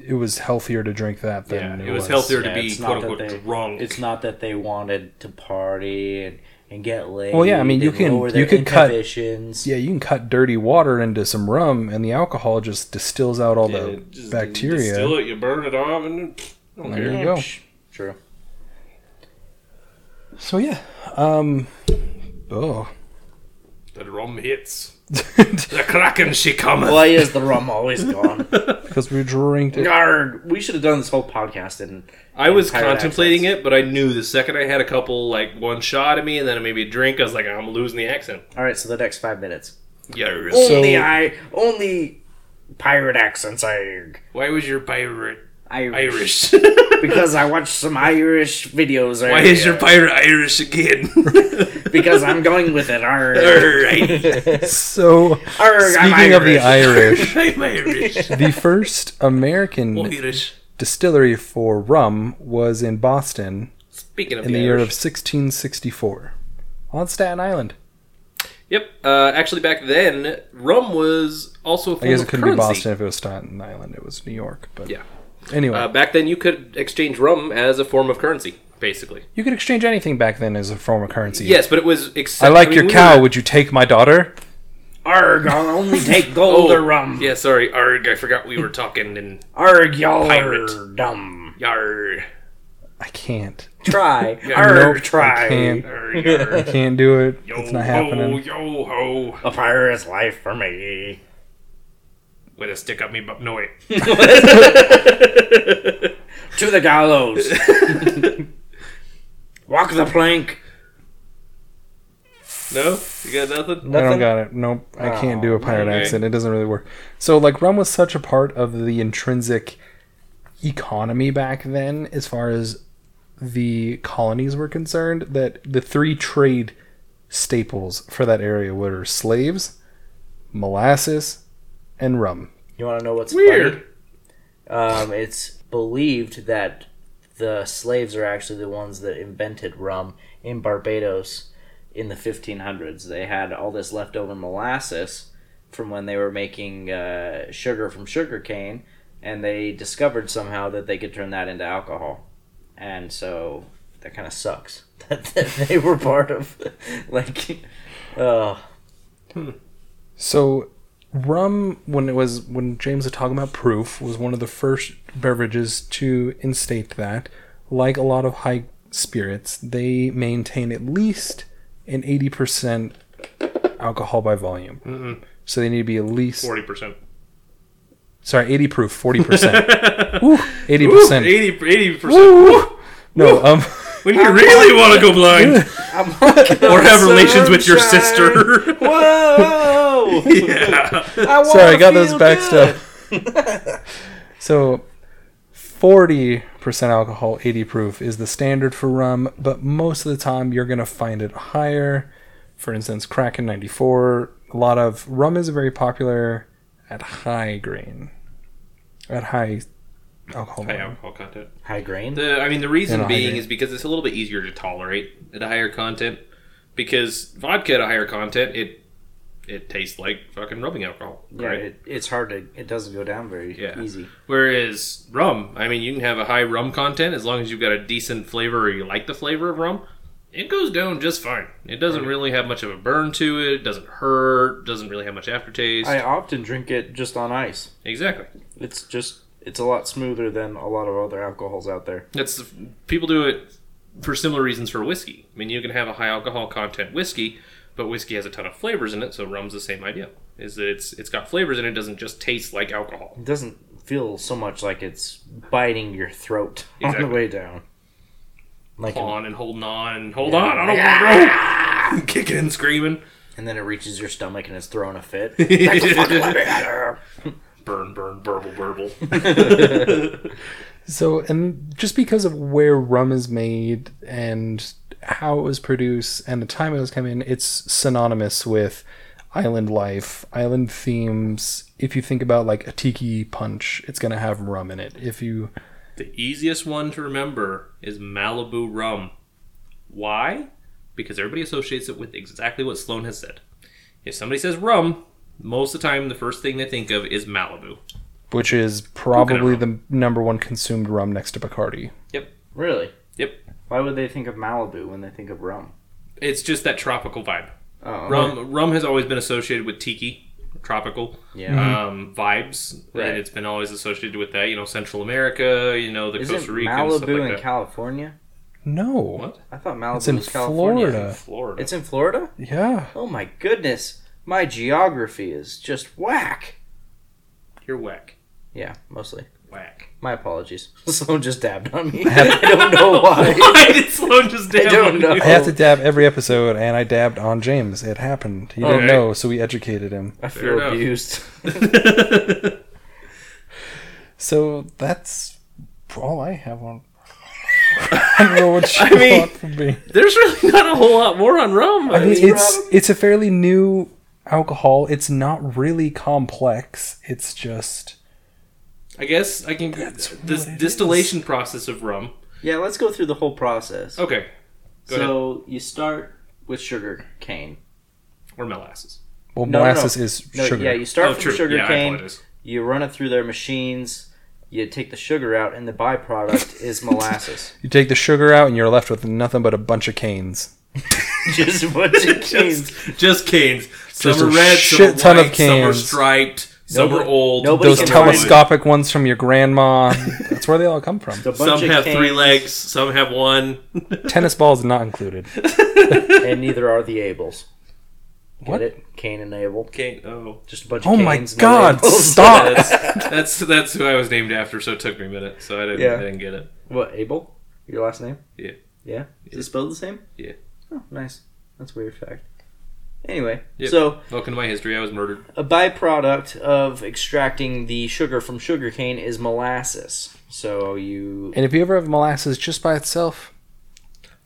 [SPEAKER 1] it was healthier to drink that than
[SPEAKER 3] yeah, it was, healthier
[SPEAKER 2] Yeah,
[SPEAKER 3] to be
[SPEAKER 2] it's
[SPEAKER 3] quote
[SPEAKER 2] not that
[SPEAKER 3] unquote
[SPEAKER 2] they-
[SPEAKER 3] drunk.
[SPEAKER 2] It's not that they wanted to party and, and get laid.
[SPEAKER 1] Well, yeah, I mean, you
[SPEAKER 2] and
[SPEAKER 1] can-
[SPEAKER 2] lower
[SPEAKER 1] you
[SPEAKER 2] their
[SPEAKER 1] can cut-
[SPEAKER 2] inhibitions.
[SPEAKER 1] Yeah, you can cut dirty water into some rum, and the alcohol just distills out all
[SPEAKER 3] Yeah,
[SPEAKER 1] the
[SPEAKER 3] just
[SPEAKER 1] bacteria.
[SPEAKER 3] Distill it, you burn it off, and don't
[SPEAKER 1] There
[SPEAKER 3] care.
[SPEAKER 1] you go.
[SPEAKER 2] True.
[SPEAKER 1] So yeah, um, oh,
[SPEAKER 3] The rum hits. The kraken she cometh.
[SPEAKER 2] Why is the rum always gone?
[SPEAKER 1] because we drank it.
[SPEAKER 2] Yarg, we should have done this whole podcast in
[SPEAKER 3] I was
[SPEAKER 2] Pirate
[SPEAKER 3] contemplating it, but I knew the second I had a couple like one shot at me and then maybe a drink, I was like, I'm losing the accent.
[SPEAKER 2] all right. So the next five minutes,
[SPEAKER 3] Yeah.
[SPEAKER 2] only I only pirate accents. Irg
[SPEAKER 3] Why was your pirate
[SPEAKER 2] Irish
[SPEAKER 3] Irish?
[SPEAKER 2] because I watched some Irish videos.
[SPEAKER 3] Why
[SPEAKER 2] earlier.
[SPEAKER 3] is your pirate Irish again?
[SPEAKER 2] because I'm going with it. Arg,
[SPEAKER 3] Alright.
[SPEAKER 1] So
[SPEAKER 2] arg I'm
[SPEAKER 1] speaking of the
[SPEAKER 2] Irish.
[SPEAKER 1] Irish,
[SPEAKER 3] I'm Irish.
[SPEAKER 1] the first American
[SPEAKER 3] Irish.
[SPEAKER 1] distillery for rum was in Boston
[SPEAKER 3] Speaking of
[SPEAKER 1] in
[SPEAKER 3] the,
[SPEAKER 1] the year of
[SPEAKER 3] Irish.
[SPEAKER 1] 1664 on Staten Island.
[SPEAKER 3] Yep. Uh, actually, back then, rum was also a
[SPEAKER 1] I
[SPEAKER 3] form
[SPEAKER 1] guess
[SPEAKER 3] of
[SPEAKER 1] it couldn't
[SPEAKER 3] currency.
[SPEAKER 1] be Boston if it was Staten Island. It was New York, but
[SPEAKER 3] Yeah.
[SPEAKER 1] Anyway,
[SPEAKER 3] Uh, back then, you could exchange rum as a form of currency, basically.
[SPEAKER 1] you could exchange anything back then as a form of currency.
[SPEAKER 3] Yes, but it was. Except,
[SPEAKER 1] I like
[SPEAKER 3] mean,
[SPEAKER 1] your
[SPEAKER 3] we
[SPEAKER 1] cow.
[SPEAKER 3] were-
[SPEAKER 1] Would you take my daughter?
[SPEAKER 2] Arg, I'll only take gold
[SPEAKER 3] Oh,
[SPEAKER 2] or rum.
[SPEAKER 3] Yeah, sorry. Arg, I forgot we were talking in
[SPEAKER 2] Arg, y'all are
[SPEAKER 3] Pirate.
[SPEAKER 2] dumb.
[SPEAKER 3] yar.
[SPEAKER 1] I can't.
[SPEAKER 2] Try,
[SPEAKER 1] Nope,
[SPEAKER 2] arg,
[SPEAKER 1] I
[SPEAKER 2] try.
[SPEAKER 1] can't.
[SPEAKER 3] Arr, yarr.
[SPEAKER 1] Can't do it.
[SPEAKER 3] Yo
[SPEAKER 1] it's not
[SPEAKER 3] ho,
[SPEAKER 1] happening.
[SPEAKER 3] yo ho, Oh,
[SPEAKER 2] A pirate's life for me.
[SPEAKER 3] with a stick up me butt. No wait.
[SPEAKER 2] To the gallows. Walk the plank.
[SPEAKER 3] No, you got nothing.
[SPEAKER 1] I don't
[SPEAKER 2] Nothing?
[SPEAKER 1] got it. Nope. I can't do a pirate
[SPEAKER 3] okay.
[SPEAKER 1] accent. It doesn't really work. So, like, rum was such a part of the intrinsic economy back then, as far as the colonies were concerned, that the three trade staples for that area were slaves, molasses, and rum.
[SPEAKER 2] You want to know what's
[SPEAKER 3] Weird.
[SPEAKER 2] funny? Um, it's believed that the slaves are actually the ones that invented rum in Barbados in the 1500s. They had all this leftover molasses from when they were making uh, sugar from sugar cane, and they discovered somehow that they could turn that into alcohol. And so that kind of sucks that they were part of, like, uh,
[SPEAKER 1] So rum when it was when James was talking about proof was one of the first beverages to instate that like a lot of high spirits they maintain at least an 80% alcohol by volume. So they need to be at least
[SPEAKER 3] Forty percent.
[SPEAKER 1] sorry 80 proof 40%. Woo, 80%.
[SPEAKER 3] Eighty percent.
[SPEAKER 1] Woo! No, um
[SPEAKER 3] When you really want to go blind
[SPEAKER 2] I'm
[SPEAKER 3] or have relations with your sister.
[SPEAKER 2] Whoa!
[SPEAKER 3] yeah.
[SPEAKER 2] I
[SPEAKER 1] Sorry, I
[SPEAKER 2] wanna
[SPEAKER 1] got those
[SPEAKER 2] feel
[SPEAKER 1] back
[SPEAKER 2] good.
[SPEAKER 1] stuff. so, forty percent alcohol, eighty proof is the standard for rum, but most of the time you're gonna find it higher. For instance, Kraken ninety four. A lot of rum is very popular at high grain, at high alcohol.
[SPEAKER 3] High
[SPEAKER 1] volume.
[SPEAKER 3] alcohol content.
[SPEAKER 2] High grain.
[SPEAKER 3] The, I mean, the reason
[SPEAKER 1] And I
[SPEAKER 3] being
[SPEAKER 1] agree.
[SPEAKER 3] is because it's a little bit easier to tolerate at a higher content. Because vodka at a higher content, it it tastes like fucking rubbing alcohol,
[SPEAKER 2] Yeah,
[SPEAKER 3] right?
[SPEAKER 2] it, it's hard to. It doesn't go down very
[SPEAKER 3] Yeah.
[SPEAKER 2] easy.
[SPEAKER 3] Whereas rum, I mean, you can have a high rum content as long as you've got a decent flavor or you like the flavor of rum. it goes down just fine. It doesn't really have much of a burn to it. It doesn't hurt. Doesn't really have much aftertaste.
[SPEAKER 2] I often drink it just on ice.
[SPEAKER 3] exactly.
[SPEAKER 2] It's just it's a lot smoother than a lot of other alcohols out there.
[SPEAKER 3] That's people do it for similar reasons for whiskey. I mean, you can have a high alcohol content whiskey, but whiskey has a ton of flavors in it. So rum's the same idea. Is that it's it's got flavors and it doesn't just taste like alcohol.
[SPEAKER 2] It doesn't feel so much like it's biting your throat on
[SPEAKER 3] Exactly.
[SPEAKER 2] the way down. Like
[SPEAKER 3] Hold on and holding on and hold
[SPEAKER 2] Yeah.
[SPEAKER 3] on. I don't want to go. Kicking and screaming.
[SPEAKER 2] and then it reaches your stomach and it's throwing a fit.
[SPEAKER 3] burn, burn, burble, burble.
[SPEAKER 1] So, and just because of where rum is made and how it was produced and the time it was coming, it's synonymous with island life, island themes. If you think about like a tiki punch, it's going to have rum in it. If you,
[SPEAKER 3] The easiest one to remember is Malibu rum. Why? Because everybody associates it with exactly what Sloan has said. If somebody says rum, most of the time the first thing they think of is Malibu.
[SPEAKER 1] which is probably the number one consumed rum next to Bacardi.
[SPEAKER 2] really?
[SPEAKER 3] Yep.
[SPEAKER 2] Why would they think of Malibu when they think of rum?
[SPEAKER 3] It's just that tropical vibe.
[SPEAKER 2] Oh,
[SPEAKER 3] Rum rum has always been associated with tiki, tropical
[SPEAKER 2] yeah.
[SPEAKER 3] um, vibes,
[SPEAKER 2] Mm-hmm. Right.
[SPEAKER 3] and it's been always associated with that. You know, Central America, you know, the
[SPEAKER 2] Isn't
[SPEAKER 3] Costa Rica, and stuff
[SPEAKER 2] Malibu
[SPEAKER 3] like
[SPEAKER 2] in
[SPEAKER 3] that.
[SPEAKER 2] California?
[SPEAKER 1] No.
[SPEAKER 3] What?
[SPEAKER 2] I thought Malibu
[SPEAKER 1] It's in
[SPEAKER 2] was California.
[SPEAKER 1] Florida.
[SPEAKER 3] Florida.
[SPEAKER 2] Uh, It's in Florida?
[SPEAKER 1] Yeah.
[SPEAKER 2] Oh my goodness. My geography is just whack.
[SPEAKER 3] You're whack,
[SPEAKER 2] Yeah, mostly.
[SPEAKER 3] whack.
[SPEAKER 2] My apologies. Someone just dabbed on me. I don't know why.
[SPEAKER 3] Why did Sloan just
[SPEAKER 2] I
[SPEAKER 3] damn
[SPEAKER 2] don't know.
[SPEAKER 1] I have to dab every episode, and I dabbed on James. It happened. He didn't
[SPEAKER 3] Okay.
[SPEAKER 1] know, so we educated him.
[SPEAKER 2] I
[SPEAKER 3] Fair
[SPEAKER 2] feel
[SPEAKER 3] enough.
[SPEAKER 2] abused.
[SPEAKER 1] So that's all I have on. I don't know what you
[SPEAKER 3] I mean-
[SPEAKER 1] want from me.
[SPEAKER 3] There's really not a whole lot more on rum.
[SPEAKER 1] I mean, um, it's it's a fairly new alcohol. It's not really complex. It's just
[SPEAKER 3] I guess I can. This
[SPEAKER 1] what it
[SPEAKER 3] distillation process of rum.
[SPEAKER 2] yeah, let's go through the whole process.
[SPEAKER 3] Okay, Oh, go
[SPEAKER 2] so you start with sugar cane.
[SPEAKER 3] or molasses.
[SPEAKER 1] well,
[SPEAKER 2] No, no, no.
[SPEAKER 1] molasses is
[SPEAKER 2] No,
[SPEAKER 1] sugar.
[SPEAKER 2] yeah, you start from sugar
[SPEAKER 3] Oh, yeah, I
[SPEAKER 2] cane.
[SPEAKER 3] apologize.
[SPEAKER 2] You run it through their machines. You take the sugar out, and the byproduct is molasses.
[SPEAKER 1] You take the sugar out, and you're left with nothing but a bunch of canes.
[SPEAKER 2] Just a bunch of canes.
[SPEAKER 3] Just, just canes. Some
[SPEAKER 1] Just
[SPEAKER 3] are
[SPEAKER 1] a
[SPEAKER 3] red, some are
[SPEAKER 1] shit ton of
[SPEAKER 3] white, some are
[SPEAKER 1] canes.
[SPEAKER 3] striped, some are
[SPEAKER 2] Nobody-
[SPEAKER 3] old.
[SPEAKER 2] nobody
[SPEAKER 1] Those
[SPEAKER 2] can
[SPEAKER 3] some
[SPEAKER 2] find-
[SPEAKER 3] are wood.
[SPEAKER 1] telescopic ones from your grandma. That's where they all come from.
[SPEAKER 2] A bunch
[SPEAKER 3] Some
[SPEAKER 2] of
[SPEAKER 3] have three
[SPEAKER 2] canes,
[SPEAKER 3] legs. Some have one.
[SPEAKER 1] Tennis balls not included.
[SPEAKER 2] and neither are the ables. Get
[SPEAKER 1] What?
[SPEAKER 2] it? Cain and Abel.
[SPEAKER 3] Cane. Oh,
[SPEAKER 2] Just a bunch of
[SPEAKER 1] Oh my
[SPEAKER 2] canes, no
[SPEAKER 1] god!
[SPEAKER 2] ables.
[SPEAKER 1] Stop.
[SPEAKER 3] that's, that's that's who I was named after. So it took me a minute. So I didn't,
[SPEAKER 2] Yeah.
[SPEAKER 3] I didn't get it.
[SPEAKER 2] What, Abel? Your last name?
[SPEAKER 3] Yeah.
[SPEAKER 2] Yeah? Is it spelled the same?
[SPEAKER 3] Yeah.
[SPEAKER 2] Oh, nice. That's a weird fact. Anyway,
[SPEAKER 3] Yep.
[SPEAKER 2] so
[SPEAKER 3] Welcome to my history. I was murdered.
[SPEAKER 2] a byproduct of extracting the sugar from sugarcane is molasses. So you
[SPEAKER 1] And if you ever have molasses just by itself,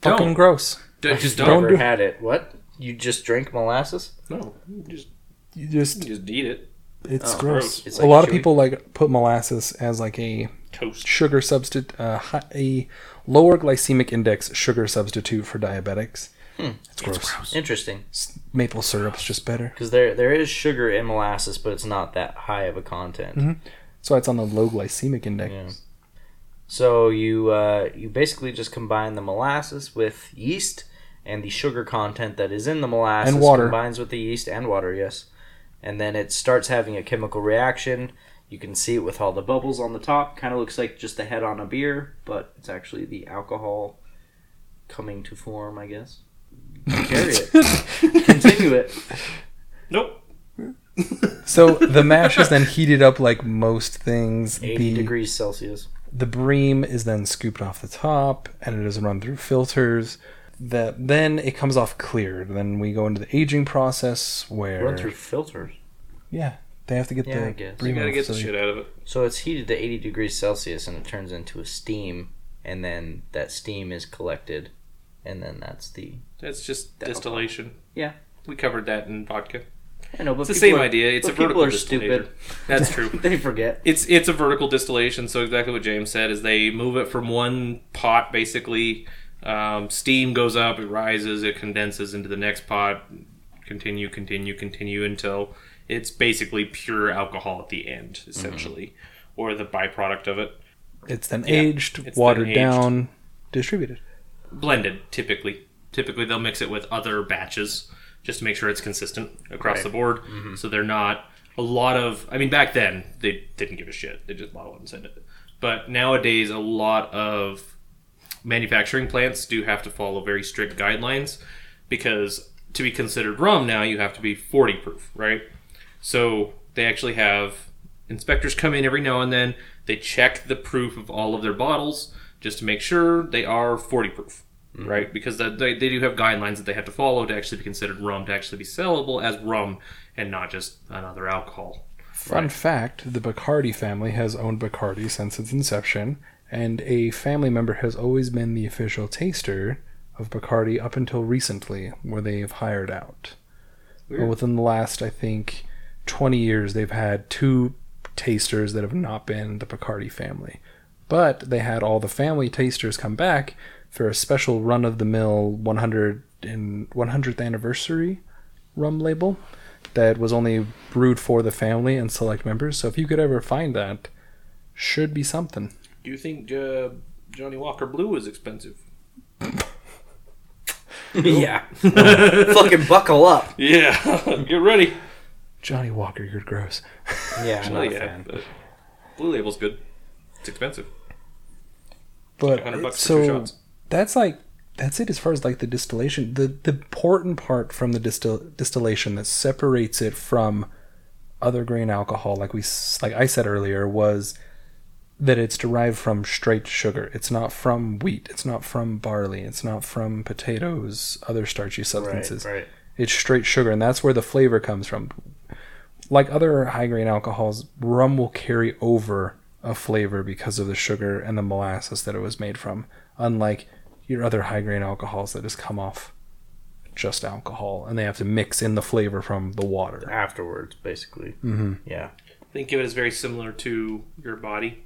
[SPEAKER 1] fucking
[SPEAKER 3] Don't.
[SPEAKER 1] gross.
[SPEAKER 3] D- Just
[SPEAKER 1] Don't
[SPEAKER 2] never
[SPEAKER 1] do-
[SPEAKER 2] had it. What? You just drink molasses?
[SPEAKER 3] No, just
[SPEAKER 1] You just
[SPEAKER 3] just eat it.
[SPEAKER 1] It's
[SPEAKER 2] Oh,
[SPEAKER 1] gross.
[SPEAKER 2] gross. It's
[SPEAKER 1] a
[SPEAKER 2] like
[SPEAKER 1] lot of
[SPEAKER 2] chewy.
[SPEAKER 1] people like put molasses as like a
[SPEAKER 3] Toast.
[SPEAKER 1] sugar substitute, uh, hi- a lower glycemic index sugar substitute for diabetics.
[SPEAKER 2] Hmm.
[SPEAKER 1] It's, gross.
[SPEAKER 2] Interesting,
[SPEAKER 1] S- Maple syrup's just better.
[SPEAKER 2] because there there is sugar in molasses, but it's not that high of a content.
[SPEAKER 1] That's why it's on the low glycemic index.
[SPEAKER 2] Yeah. So you uh, you basically just combine the molasses with yeast and the sugar content that is in the molasses
[SPEAKER 1] And water.
[SPEAKER 2] combines with the yeast and water, yes. And then it starts having a chemical reaction. You can see it with all the bubbles on the top. Kind of looks like just the head on a beer, but it's actually the alcohol coming to form, I guess. Carry it. Continue it.
[SPEAKER 3] Nope.
[SPEAKER 1] So the mash is then heated up like most things.
[SPEAKER 2] 80
[SPEAKER 1] The,
[SPEAKER 2] degrees Celsius.
[SPEAKER 1] the bream is then scooped off the top and it is run through filters. That then it comes off cleared. Then we go into the aging process where
[SPEAKER 2] Run through filters.
[SPEAKER 1] yeah they have to get
[SPEAKER 2] Yeah, I
[SPEAKER 1] the
[SPEAKER 2] guess. You
[SPEAKER 1] bream
[SPEAKER 3] You gotta
[SPEAKER 1] off,
[SPEAKER 3] get
[SPEAKER 1] so
[SPEAKER 3] the
[SPEAKER 1] you-
[SPEAKER 3] shit out of it.
[SPEAKER 2] So it's heated to 80 degrees Celsius and it turns into a steam, and then that steam is collected, and then that's the.
[SPEAKER 3] That's just
[SPEAKER 2] The alcohol.
[SPEAKER 3] distillation.
[SPEAKER 2] Yeah.
[SPEAKER 3] We covered that in vodka.
[SPEAKER 2] I know, but
[SPEAKER 3] It's the
[SPEAKER 2] people
[SPEAKER 3] same
[SPEAKER 2] are-
[SPEAKER 3] idea. It's
[SPEAKER 2] but
[SPEAKER 3] a vertical
[SPEAKER 2] people are
[SPEAKER 3] distillation.
[SPEAKER 2] stupid.
[SPEAKER 3] That's true.
[SPEAKER 2] They forget.
[SPEAKER 3] It's it's a vertical distillation. So exactly what James said is they move it from one pot basically. Um, steam goes up, it rises, it condenses into the next pot. Continue, continue, continue until it's basically pure alcohol at the end, essentially,
[SPEAKER 1] Mm-hmm.
[SPEAKER 3] or the byproduct of it.
[SPEAKER 1] It's then
[SPEAKER 3] Yeah,
[SPEAKER 1] aged,
[SPEAKER 3] it's then
[SPEAKER 1] watered
[SPEAKER 3] aged.
[SPEAKER 1] down, distributed.
[SPEAKER 3] Blended, typically. Typically, they'll mix it with other batches just to make sure it's consistent across the board. So they're not a lot of. I mean, back then they didn't give a shit; they just bottle it and send it. But nowadays, a lot of manufacturing plants do have to follow very strict guidelines because to be considered rum now, you have to be 40 proof, right? So they actually have inspectors come in every now and then. They check the proof of all of their bottles just to make sure they are 40 proof,
[SPEAKER 2] Mm-hmm.
[SPEAKER 3] right? Because that they, they do have guidelines that they have to follow to actually be considered rum, to actually be sellable as rum and not just another alcohol.
[SPEAKER 1] Fun fact the Bacardi family has owned Bacardi since its inception, and a family member has always been the official taster of Bacardi up until recently, where they have hired out. But
[SPEAKER 3] Weird.
[SPEAKER 1] within the last, I think, 20 years, they've had two tasters that have not been the Bacardi family. But they had all the family tasters come back for a special run of the mill 100 and 100th anniversary rum label that was only brewed for the family and select members. So if you could ever find that, should be something.
[SPEAKER 3] Do you think uh, Johnny Walker Blue is expensive?
[SPEAKER 2] yeah. Fucking buckle up.
[SPEAKER 3] Yeah, get ready.
[SPEAKER 1] Johnny Walker, you're gross.
[SPEAKER 2] Yeah, I'm
[SPEAKER 3] Hell
[SPEAKER 2] not a
[SPEAKER 3] yeah.
[SPEAKER 2] fan.
[SPEAKER 3] but Blue label's good. It's expensive.
[SPEAKER 1] But
[SPEAKER 3] 100 bucks for two
[SPEAKER 1] so
[SPEAKER 3] shots.
[SPEAKER 1] that's like that's it as far as like the distillation. The the important part from the distil- distillation that separates it from other grain alcohol, like we s- like I said earlier, was that it's derived from straight sugar. It's not from wheat. It's not from barley. It's not from potatoes. Other starchy substances.
[SPEAKER 2] right.
[SPEAKER 1] It's straight sugar, and that's where the flavor comes from. Like other high grain alcohols, rum will carry over a flavor because of the sugar and the molasses that it was made from, unlike your other high grain alcohols that just come off just alcohol and they have to mix in the flavor from the water.
[SPEAKER 2] Afterwards, basically.
[SPEAKER 1] Mhm.
[SPEAKER 2] Yeah.
[SPEAKER 3] Think of it as very similar to your body.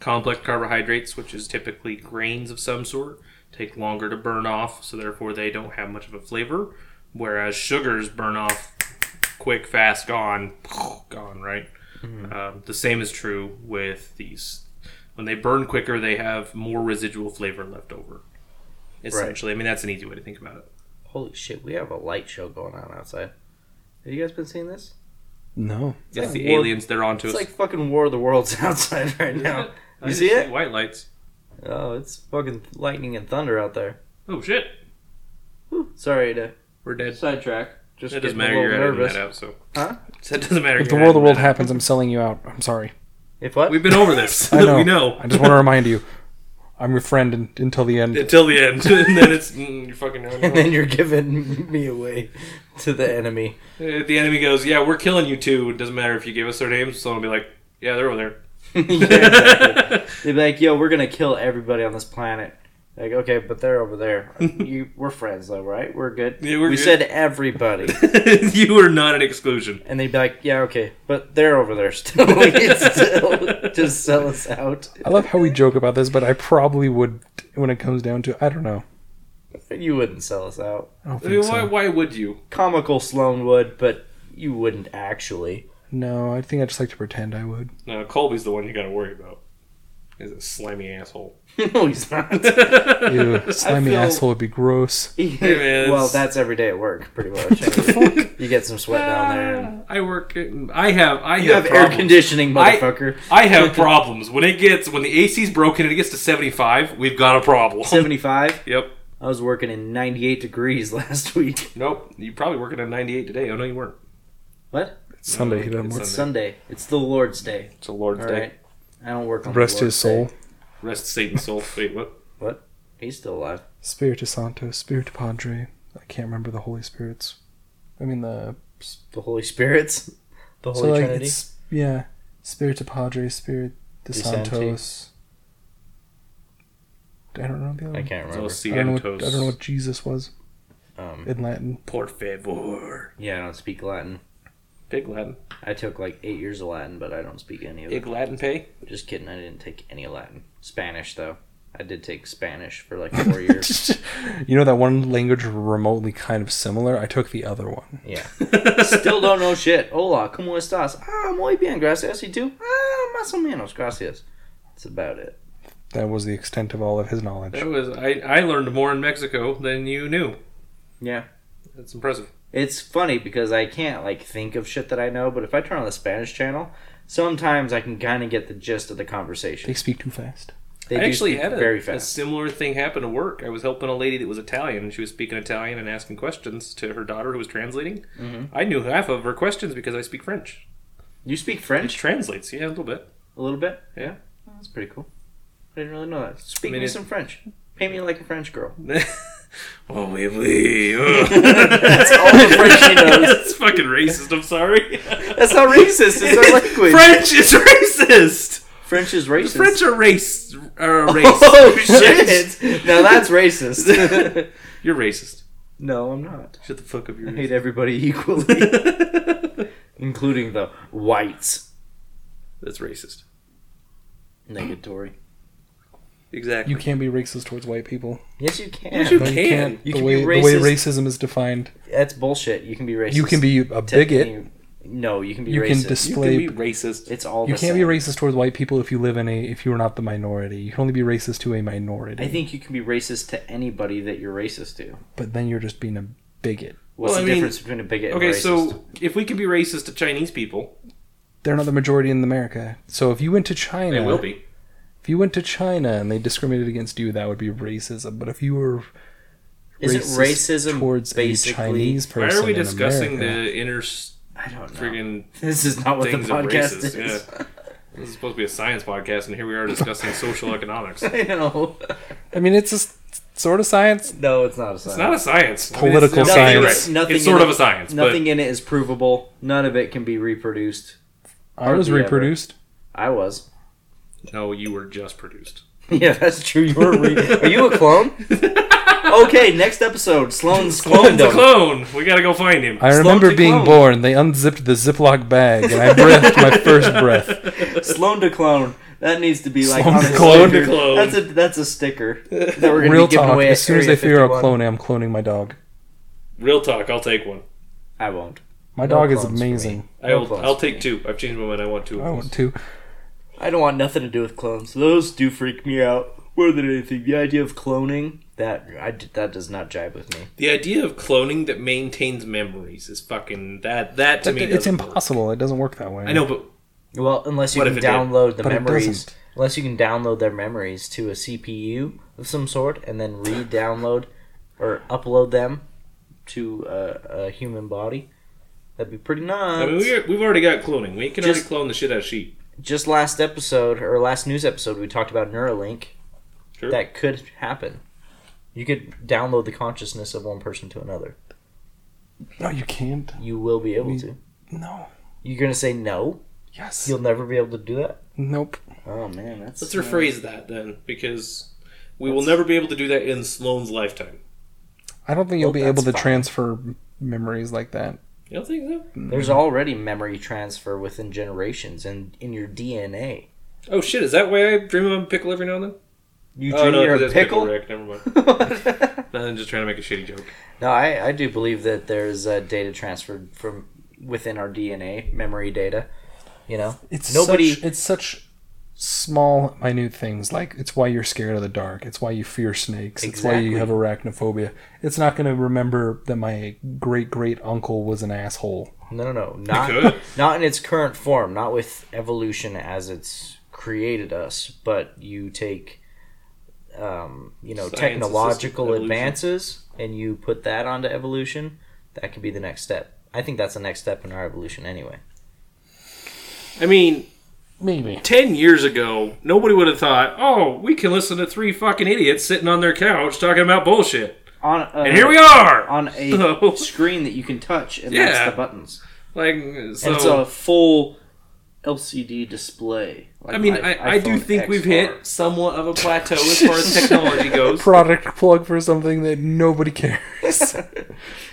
[SPEAKER 3] Complex carbohydrates, which is typically grains of some sort, take longer to burn off, so therefore they don't have much of a flavor. Whereas sugars burn off quick, fast, gone, gone, right?
[SPEAKER 2] Hmm.
[SPEAKER 3] Um, the same is true with these. When they burn quicker, they have more residual flavor left over. Essentially, I mean that's an easy way to think about it.
[SPEAKER 2] Holy shit, we have a light show going on outside. Have you guys been seeing this?
[SPEAKER 1] No.
[SPEAKER 3] It's
[SPEAKER 2] like
[SPEAKER 3] the
[SPEAKER 2] war-
[SPEAKER 3] aliens they're onto
[SPEAKER 2] It's
[SPEAKER 3] us.
[SPEAKER 2] like fucking War of the Worlds outside right now.
[SPEAKER 3] I
[SPEAKER 2] You
[SPEAKER 3] just
[SPEAKER 2] see it?
[SPEAKER 3] White lights.
[SPEAKER 2] Oh, it's fucking lightning and thunder out there.
[SPEAKER 3] Oh shit,
[SPEAKER 2] Whew, sorry to
[SPEAKER 3] we're dead.
[SPEAKER 2] sidetrack. Just
[SPEAKER 3] It doesn't
[SPEAKER 2] getting
[SPEAKER 3] matter.
[SPEAKER 2] a
[SPEAKER 3] You're editing
[SPEAKER 2] little nervous.
[SPEAKER 3] that out. So
[SPEAKER 2] Huh?
[SPEAKER 3] So it doesn't matter.
[SPEAKER 1] If the
[SPEAKER 3] you're
[SPEAKER 1] world of
[SPEAKER 3] editing
[SPEAKER 1] world
[SPEAKER 3] that
[SPEAKER 1] happens, I'm selling you out. I'm sorry.
[SPEAKER 2] If
[SPEAKER 3] out.
[SPEAKER 2] what?
[SPEAKER 3] We've been over this.
[SPEAKER 1] I know.
[SPEAKER 3] we know
[SPEAKER 1] I just want to remind you, I'm your friend un until the end.
[SPEAKER 3] until the end, and then it's mm, you're fucking. on your
[SPEAKER 2] and then
[SPEAKER 3] own.
[SPEAKER 2] you're giving me away to the enemy.
[SPEAKER 3] If Uh, the enemy goes, yeah, we're killing you too. It doesn't matter if you give us their names. Someone will be like, yeah, they're over there.
[SPEAKER 2] Yeah, exactly. They'd be like, yo, we're gonna kill everybody on this planet. Like, okay, but they're over there. You, we're friends though, right? We're good.
[SPEAKER 3] Yeah, we're
[SPEAKER 2] we
[SPEAKER 3] good.
[SPEAKER 2] said everybody,
[SPEAKER 3] you are not an exclusion.
[SPEAKER 2] and they'd be like, yeah, okay, but they're over there still. We can still just sell us out.
[SPEAKER 1] I love how we joke about this, but I probably would when it comes down to I don't know.
[SPEAKER 2] You wouldn't sell us out.
[SPEAKER 1] I don't
[SPEAKER 3] I mean,
[SPEAKER 1] think
[SPEAKER 3] why,
[SPEAKER 1] so.
[SPEAKER 3] why would you?
[SPEAKER 2] Comical Sloan would, but you wouldn't actually.
[SPEAKER 1] No, I think I just like to pretend I would.
[SPEAKER 3] No, Colby's the one you got to worry about. He's a slimy asshole.
[SPEAKER 2] no, he's not.
[SPEAKER 1] Ew, slimy
[SPEAKER 2] feel-
[SPEAKER 1] asshole would be gross.
[SPEAKER 3] man,
[SPEAKER 2] well,
[SPEAKER 3] it's-
[SPEAKER 2] that's every day at work, pretty much. you get some sweat down there. And
[SPEAKER 3] Ah, I work. in- I have. I
[SPEAKER 2] you have air
[SPEAKER 3] problems. I-
[SPEAKER 2] conditioning, motherfucker.
[SPEAKER 3] I have problems. When it gets when the AC's broken and it gets to seventy five, we've got a problem.
[SPEAKER 2] 75.
[SPEAKER 3] Yep.
[SPEAKER 2] I was working in 98 degrees last week.
[SPEAKER 3] Nope. You're probably working at 98 today. Oh, no, you weren't.
[SPEAKER 2] What?
[SPEAKER 1] It's Sunday he doesn't
[SPEAKER 3] It's
[SPEAKER 1] work.
[SPEAKER 3] Sunday.
[SPEAKER 2] Sunday. It's the Lord's Day.
[SPEAKER 3] It's a Lord's
[SPEAKER 2] All
[SPEAKER 3] Day.
[SPEAKER 2] right. I don't work on the
[SPEAKER 1] Rest his
[SPEAKER 2] Lord's
[SPEAKER 1] soul.
[SPEAKER 2] Day.
[SPEAKER 3] Rest Satan's soul. Wait, what?
[SPEAKER 2] He's still alive.
[SPEAKER 1] Spiritus Santo, Spirit Padre. I can't remember the Holy Spirits. I mean the
[SPEAKER 2] The Holy Spirit's. The Holy
[SPEAKER 1] so like
[SPEAKER 2] Trinity.
[SPEAKER 1] it's yeah, Spirit Padre, Spirit de
[SPEAKER 2] De Santi.
[SPEAKER 1] Santos. I don't know the other
[SPEAKER 2] I
[SPEAKER 1] one.
[SPEAKER 2] can't
[SPEAKER 3] It's all
[SPEAKER 2] remember.
[SPEAKER 1] I don't know, what, I
[SPEAKER 3] Santos.
[SPEAKER 1] don't know what Jesus was
[SPEAKER 2] Um,
[SPEAKER 1] in Latin.
[SPEAKER 3] Por favor.
[SPEAKER 2] yeah, I don't speak Latin.
[SPEAKER 3] Big Latin.
[SPEAKER 2] I took like eight years of Latin, but I don't speak any of it.
[SPEAKER 3] Big Latin pay.
[SPEAKER 2] Just kidding. I didn't take any Latin. Spanish, though. I did take Spanish for like four years.
[SPEAKER 1] you know that one language remotely kind of similar? I took the other one.
[SPEAKER 2] Yeah. Still don't know shit. Hola, ¿cómo estás? Ah, muy bien, gracias. You too? Ah, más o menos, gracias. That's about it.
[SPEAKER 1] That was the extent of all of his knowledge.
[SPEAKER 3] That was I. I learned more in Mexico than you knew.
[SPEAKER 2] Yeah.
[SPEAKER 3] That's impressive.
[SPEAKER 2] It's funny because I can't like think of shit that I know, but if I turn on the Spanish channel, sometimes I can kind of get the gist of the conversation.
[SPEAKER 1] They speak too fast.
[SPEAKER 2] They
[SPEAKER 3] I
[SPEAKER 2] do
[SPEAKER 3] actually
[SPEAKER 2] speak
[SPEAKER 3] had a,
[SPEAKER 2] very
[SPEAKER 3] a
[SPEAKER 2] fast.
[SPEAKER 3] similar thing happen to work. I was helping a lady that was Italian, and she was speaking Italian and asking questions to her daughter who was translating. I knew half of her questions because I speak French.
[SPEAKER 2] Mm-hmm. You speak
[SPEAKER 3] It
[SPEAKER 2] French
[SPEAKER 3] translates, yeah, a little bit.
[SPEAKER 2] a little bit?
[SPEAKER 3] Yeah.
[SPEAKER 2] Oh, that's pretty cool. I didn't really know that. Speak
[SPEAKER 3] I mean,
[SPEAKER 2] me
[SPEAKER 3] it-
[SPEAKER 2] some French. Paint me like a French girl.
[SPEAKER 3] oh, we, we, ugh.
[SPEAKER 2] That's all the French she knows.
[SPEAKER 3] That's fucking racist. I'm sorry.
[SPEAKER 2] That's not racist. It's our language.
[SPEAKER 3] French is racist.
[SPEAKER 2] French is racist.
[SPEAKER 3] French are race. Are
[SPEAKER 2] Oh
[SPEAKER 3] race.
[SPEAKER 2] shit! now that's racist.
[SPEAKER 3] You're racist.
[SPEAKER 2] no, I'm not.
[SPEAKER 3] Shut the fuck up. You're
[SPEAKER 2] I
[SPEAKER 3] racist.
[SPEAKER 2] hate everybody equally, including the whites.
[SPEAKER 3] That's racist.
[SPEAKER 2] Negatory.
[SPEAKER 3] Exactly.
[SPEAKER 1] You can't be racist towards white people.
[SPEAKER 2] Yes, you can.
[SPEAKER 3] Yes, you
[SPEAKER 1] No, you
[SPEAKER 3] can.
[SPEAKER 1] can't.
[SPEAKER 2] You
[SPEAKER 1] the,
[SPEAKER 2] can
[SPEAKER 1] way,
[SPEAKER 2] be
[SPEAKER 1] the way
[SPEAKER 2] racist.
[SPEAKER 1] racism is defined,
[SPEAKER 2] That's bullshit. You can be racist.
[SPEAKER 1] you can be a bigot.
[SPEAKER 2] Technically, No, you can be
[SPEAKER 1] You
[SPEAKER 2] racist.
[SPEAKER 1] can
[SPEAKER 3] You can
[SPEAKER 1] display.
[SPEAKER 3] be racist.
[SPEAKER 2] it's all.
[SPEAKER 1] you
[SPEAKER 2] the
[SPEAKER 1] can't be
[SPEAKER 2] same.
[SPEAKER 1] racist towards white people if you live in a if you are not the minority. You can only be racist to a minority.
[SPEAKER 2] I think you can be racist to anybody that you're racist to.
[SPEAKER 1] but then you're just being a bigot.
[SPEAKER 2] What's
[SPEAKER 3] Well, I
[SPEAKER 2] the
[SPEAKER 3] mean-
[SPEAKER 2] difference between a bigot and
[SPEAKER 3] Okay,
[SPEAKER 2] racist?
[SPEAKER 3] so if we could be racist to Chinese people,
[SPEAKER 1] They're not the majority in America. So if you went to
[SPEAKER 3] they
[SPEAKER 1] China,
[SPEAKER 3] will be.
[SPEAKER 1] if you went to China and they discriminated against you, that would be racism. But if you were
[SPEAKER 2] Isn't
[SPEAKER 1] racist
[SPEAKER 2] racism
[SPEAKER 1] towards a
[SPEAKER 2] basically-
[SPEAKER 1] Chinese
[SPEAKER 3] Why
[SPEAKER 1] person?
[SPEAKER 3] are we
[SPEAKER 1] in
[SPEAKER 3] discussing
[SPEAKER 1] America?
[SPEAKER 3] the inner
[SPEAKER 2] I don't know.
[SPEAKER 3] friggin'
[SPEAKER 2] This is not what the
[SPEAKER 3] things of
[SPEAKER 2] podcast
[SPEAKER 3] races?
[SPEAKER 2] is.
[SPEAKER 3] Yeah. This is supposed to be a science podcast, and here we are discussing social economics. It's
[SPEAKER 2] I know.
[SPEAKER 1] I mean, it's just sort of science.
[SPEAKER 2] No, it's not a science.
[SPEAKER 3] not a science. I
[SPEAKER 1] Political
[SPEAKER 3] it's,
[SPEAKER 1] science.
[SPEAKER 3] Right.
[SPEAKER 1] It's
[SPEAKER 2] nothing
[SPEAKER 3] it's sort
[SPEAKER 2] in
[SPEAKER 3] of
[SPEAKER 2] it-
[SPEAKER 3] a science.
[SPEAKER 2] Nothing in it is provable. None of it can be reproduced.
[SPEAKER 1] I was
[SPEAKER 2] Hardly ever.
[SPEAKER 1] reproduced.
[SPEAKER 2] I was.
[SPEAKER 3] But no, you were just produced.
[SPEAKER 2] Yeah, that's true. You were. Re- Are you a clone? Okay, next episode. Sloan's Oh, clone.
[SPEAKER 3] It's a clone. We gotta go find him.
[SPEAKER 1] I
[SPEAKER 2] Slow
[SPEAKER 1] remember
[SPEAKER 2] to
[SPEAKER 1] being
[SPEAKER 2] clone.
[SPEAKER 1] born. They unzipped the Ziploc bag, and I breathed my first breath.
[SPEAKER 2] Sloan to clone. That needs to be like
[SPEAKER 1] Sloan
[SPEAKER 2] on
[SPEAKER 1] to
[SPEAKER 2] a
[SPEAKER 1] clone.
[SPEAKER 2] sticker.
[SPEAKER 3] Sloan to clone.
[SPEAKER 2] That's a that's a sticker that we're gonna
[SPEAKER 1] Real
[SPEAKER 2] be giving
[SPEAKER 1] talk.
[SPEAKER 2] away.
[SPEAKER 1] As soon as
[SPEAKER 2] Area
[SPEAKER 1] they figure out
[SPEAKER 2] 51.
[SPEAKER 1] cloning, I'm cloning my dog.
[SPEAKER 3] Real talk. I'll take one.
[SPEAKER 2] I won't.
[SPEAKER 1] My
[SPEAKER 2] No
[SPEAKER 1] dog is
[SPEAKER 2] clones for me.
[SPEAKER 1] amazing.
[SPEAKER 2] No
[SPEAKER 3] I'll,
[SPEAKER 2] clones
[SPEAKER 3] I'll
[SPEAKER 2] for
[SPEAKER 3] take
[SPEAKER 2] me.
[SPEAKER 3] two. I've changed my mind. I want two.
[SPEAKER 1] I
[SPEAKER 3] Of
[SPEAKER 1] want
[SPEAKER 3] those.
[SPEAKER 1] to.
[SPEAKER 2] I don't want nothing to do with clones. Those do freak me out more than anything. The idea of cloning that I d that does not jive with me.
[SPEAKER 3] The idea of cloning that maintains memories is fucking that. That to
[SPEAKER 1] That-
[SPEAKER 3] me,
[SPEAKER 1] it's
[SPEAKER 3] doesn't work.
[SPEAKER 1] impossible. It doesn't work that way.
[SPEAKER 3] I know, but
[SPEAKER 2] Well, unless you
[SPEAKER 3] What
[SPEAKER 2] can
[SPEAKER 3] if it did?
[SPEAKER 2] download the
[SPEAKER 1] But it
[SPEAKER 2] memories,
[SPEAKER 1] doesn't.
[SPEAKER 2] unless you can download their memories to a CPU of some sort, and then re-download or upload them to a, a human body, that'd be pretty nuts.
[SPEAKER 3] I mean, we we've already got cloning. We can already
[SPEAKER 2] Just-
[SPEAKER 3] clone the shit out of sheep.
[SPEAKER 2] Just last episode or last news episode, we talked about Neuralink.
[SPEAKER 3] Sure.
[SPEAKER 2] That could happen. You could download the consciousness of one person to another.
[SPEAKER 1] No, you can't.
[SPEAKER 2] You will be able
[SPEAKER 1] We-
[SPEAKER 2] to.
[SPEAKER 1] No.
[SPEAKER 2] You're gonna say no?
[SPEAKER 1] Yes.
[SPEAKER 2] You'll never be able to do that.
[SPEAKER 1] Nope.
[SPEAKER 2] Oh man, that's
[SPEAKER 3] Let's rephrase that then, because we will never be able to do that in Sloan's lifetime.
[SPEAKER 1] I don't think you'll
[SPEAKER 2] Well,
[SPEAKER 1] be able
[SPEAKER 2] that's
[SPEAKER 1] to
[SPEAKER 2] fine.
[SPEAKER 1] transfer memories like that.
[SPEAKER 3] You don't think so?
[SPEAKER 2] There's already memory transfer within generations and in your DNA.
[SPEAKER 3] Oh shit! Is that why I dream of a pickle every now and then?
[SPEAKER 2] You
[SPEAKER 3] oh
[SPEAKER 2] dream
[SPEAKER 3] no,
[SPEAKER 2] you're a
[SPEAKER 3] that's
[SPEAKER 2] pickle.
[SPEAKER 3] Rick. Never mind. No, I'm just trying to make a shitty joke.
[SPEAKER 2] no, I, I do believe that there's uh, data transferred from within our DNA, memory data. You know,
[SPEAKER 1] It's
[SPEAKER 2] Nobody-
[SPEAKER 1] Such, it's such small, minute things. Like it's why you're scared of the dark. It's why you fear snakes. It's why you
[SPEAKER 2] Exactly.
[SPEAKER 1] have arachnophobia. It's not going to remember that my great great uncle was an asshole.
[SPEAKER 2] no, no, no, not
[SPEAKER 3] could.
[SPEAKER 2] not in its current form, not with evolution as it's created us, but you take, um, you know,
[SPEAKER 3] Science-assisted
[SPEAKER 2] technological
[SPEAKER 3] evolution.
[SPEAKER 2] advances and you put that onto evolution. That could be the next step. I think that's the next step in our evolution, anyway.
[SPEAKER 3] I mean,
[SPEAKER 1] Maybe.
[SPEAKER 3] ten years ago, nobody would have thought, "Oh, we can listen to three fucking idiots sitting on their couch talking about bullshit."
[SPEAKER 2] On uh,
[SPEAKER 3] And here we are.
[SPEAKER 2] on a
[SPEAKER 3] So-
[SPEAKER 2] screen that you can touch, and
[SPEAKER 3] Yeah.
[SPEAKER 2] that's the buttons.
[SPEAKER 3] Like, so
[SPEAKER 2] And it's a full LCD display. like
[SPEAKER 3] I mean,
[SPEAKER 2] my
[SPEAKER 3] I, I do
[SPEAKER 2] iPhone
[SPEAKER 3] think we've
[SPEAKER 2] XR.
[SPEAKER 3] hit somewhat of a plateau as far as technology goes.
[SPEAKER 1] Product plug for something that nobody cares.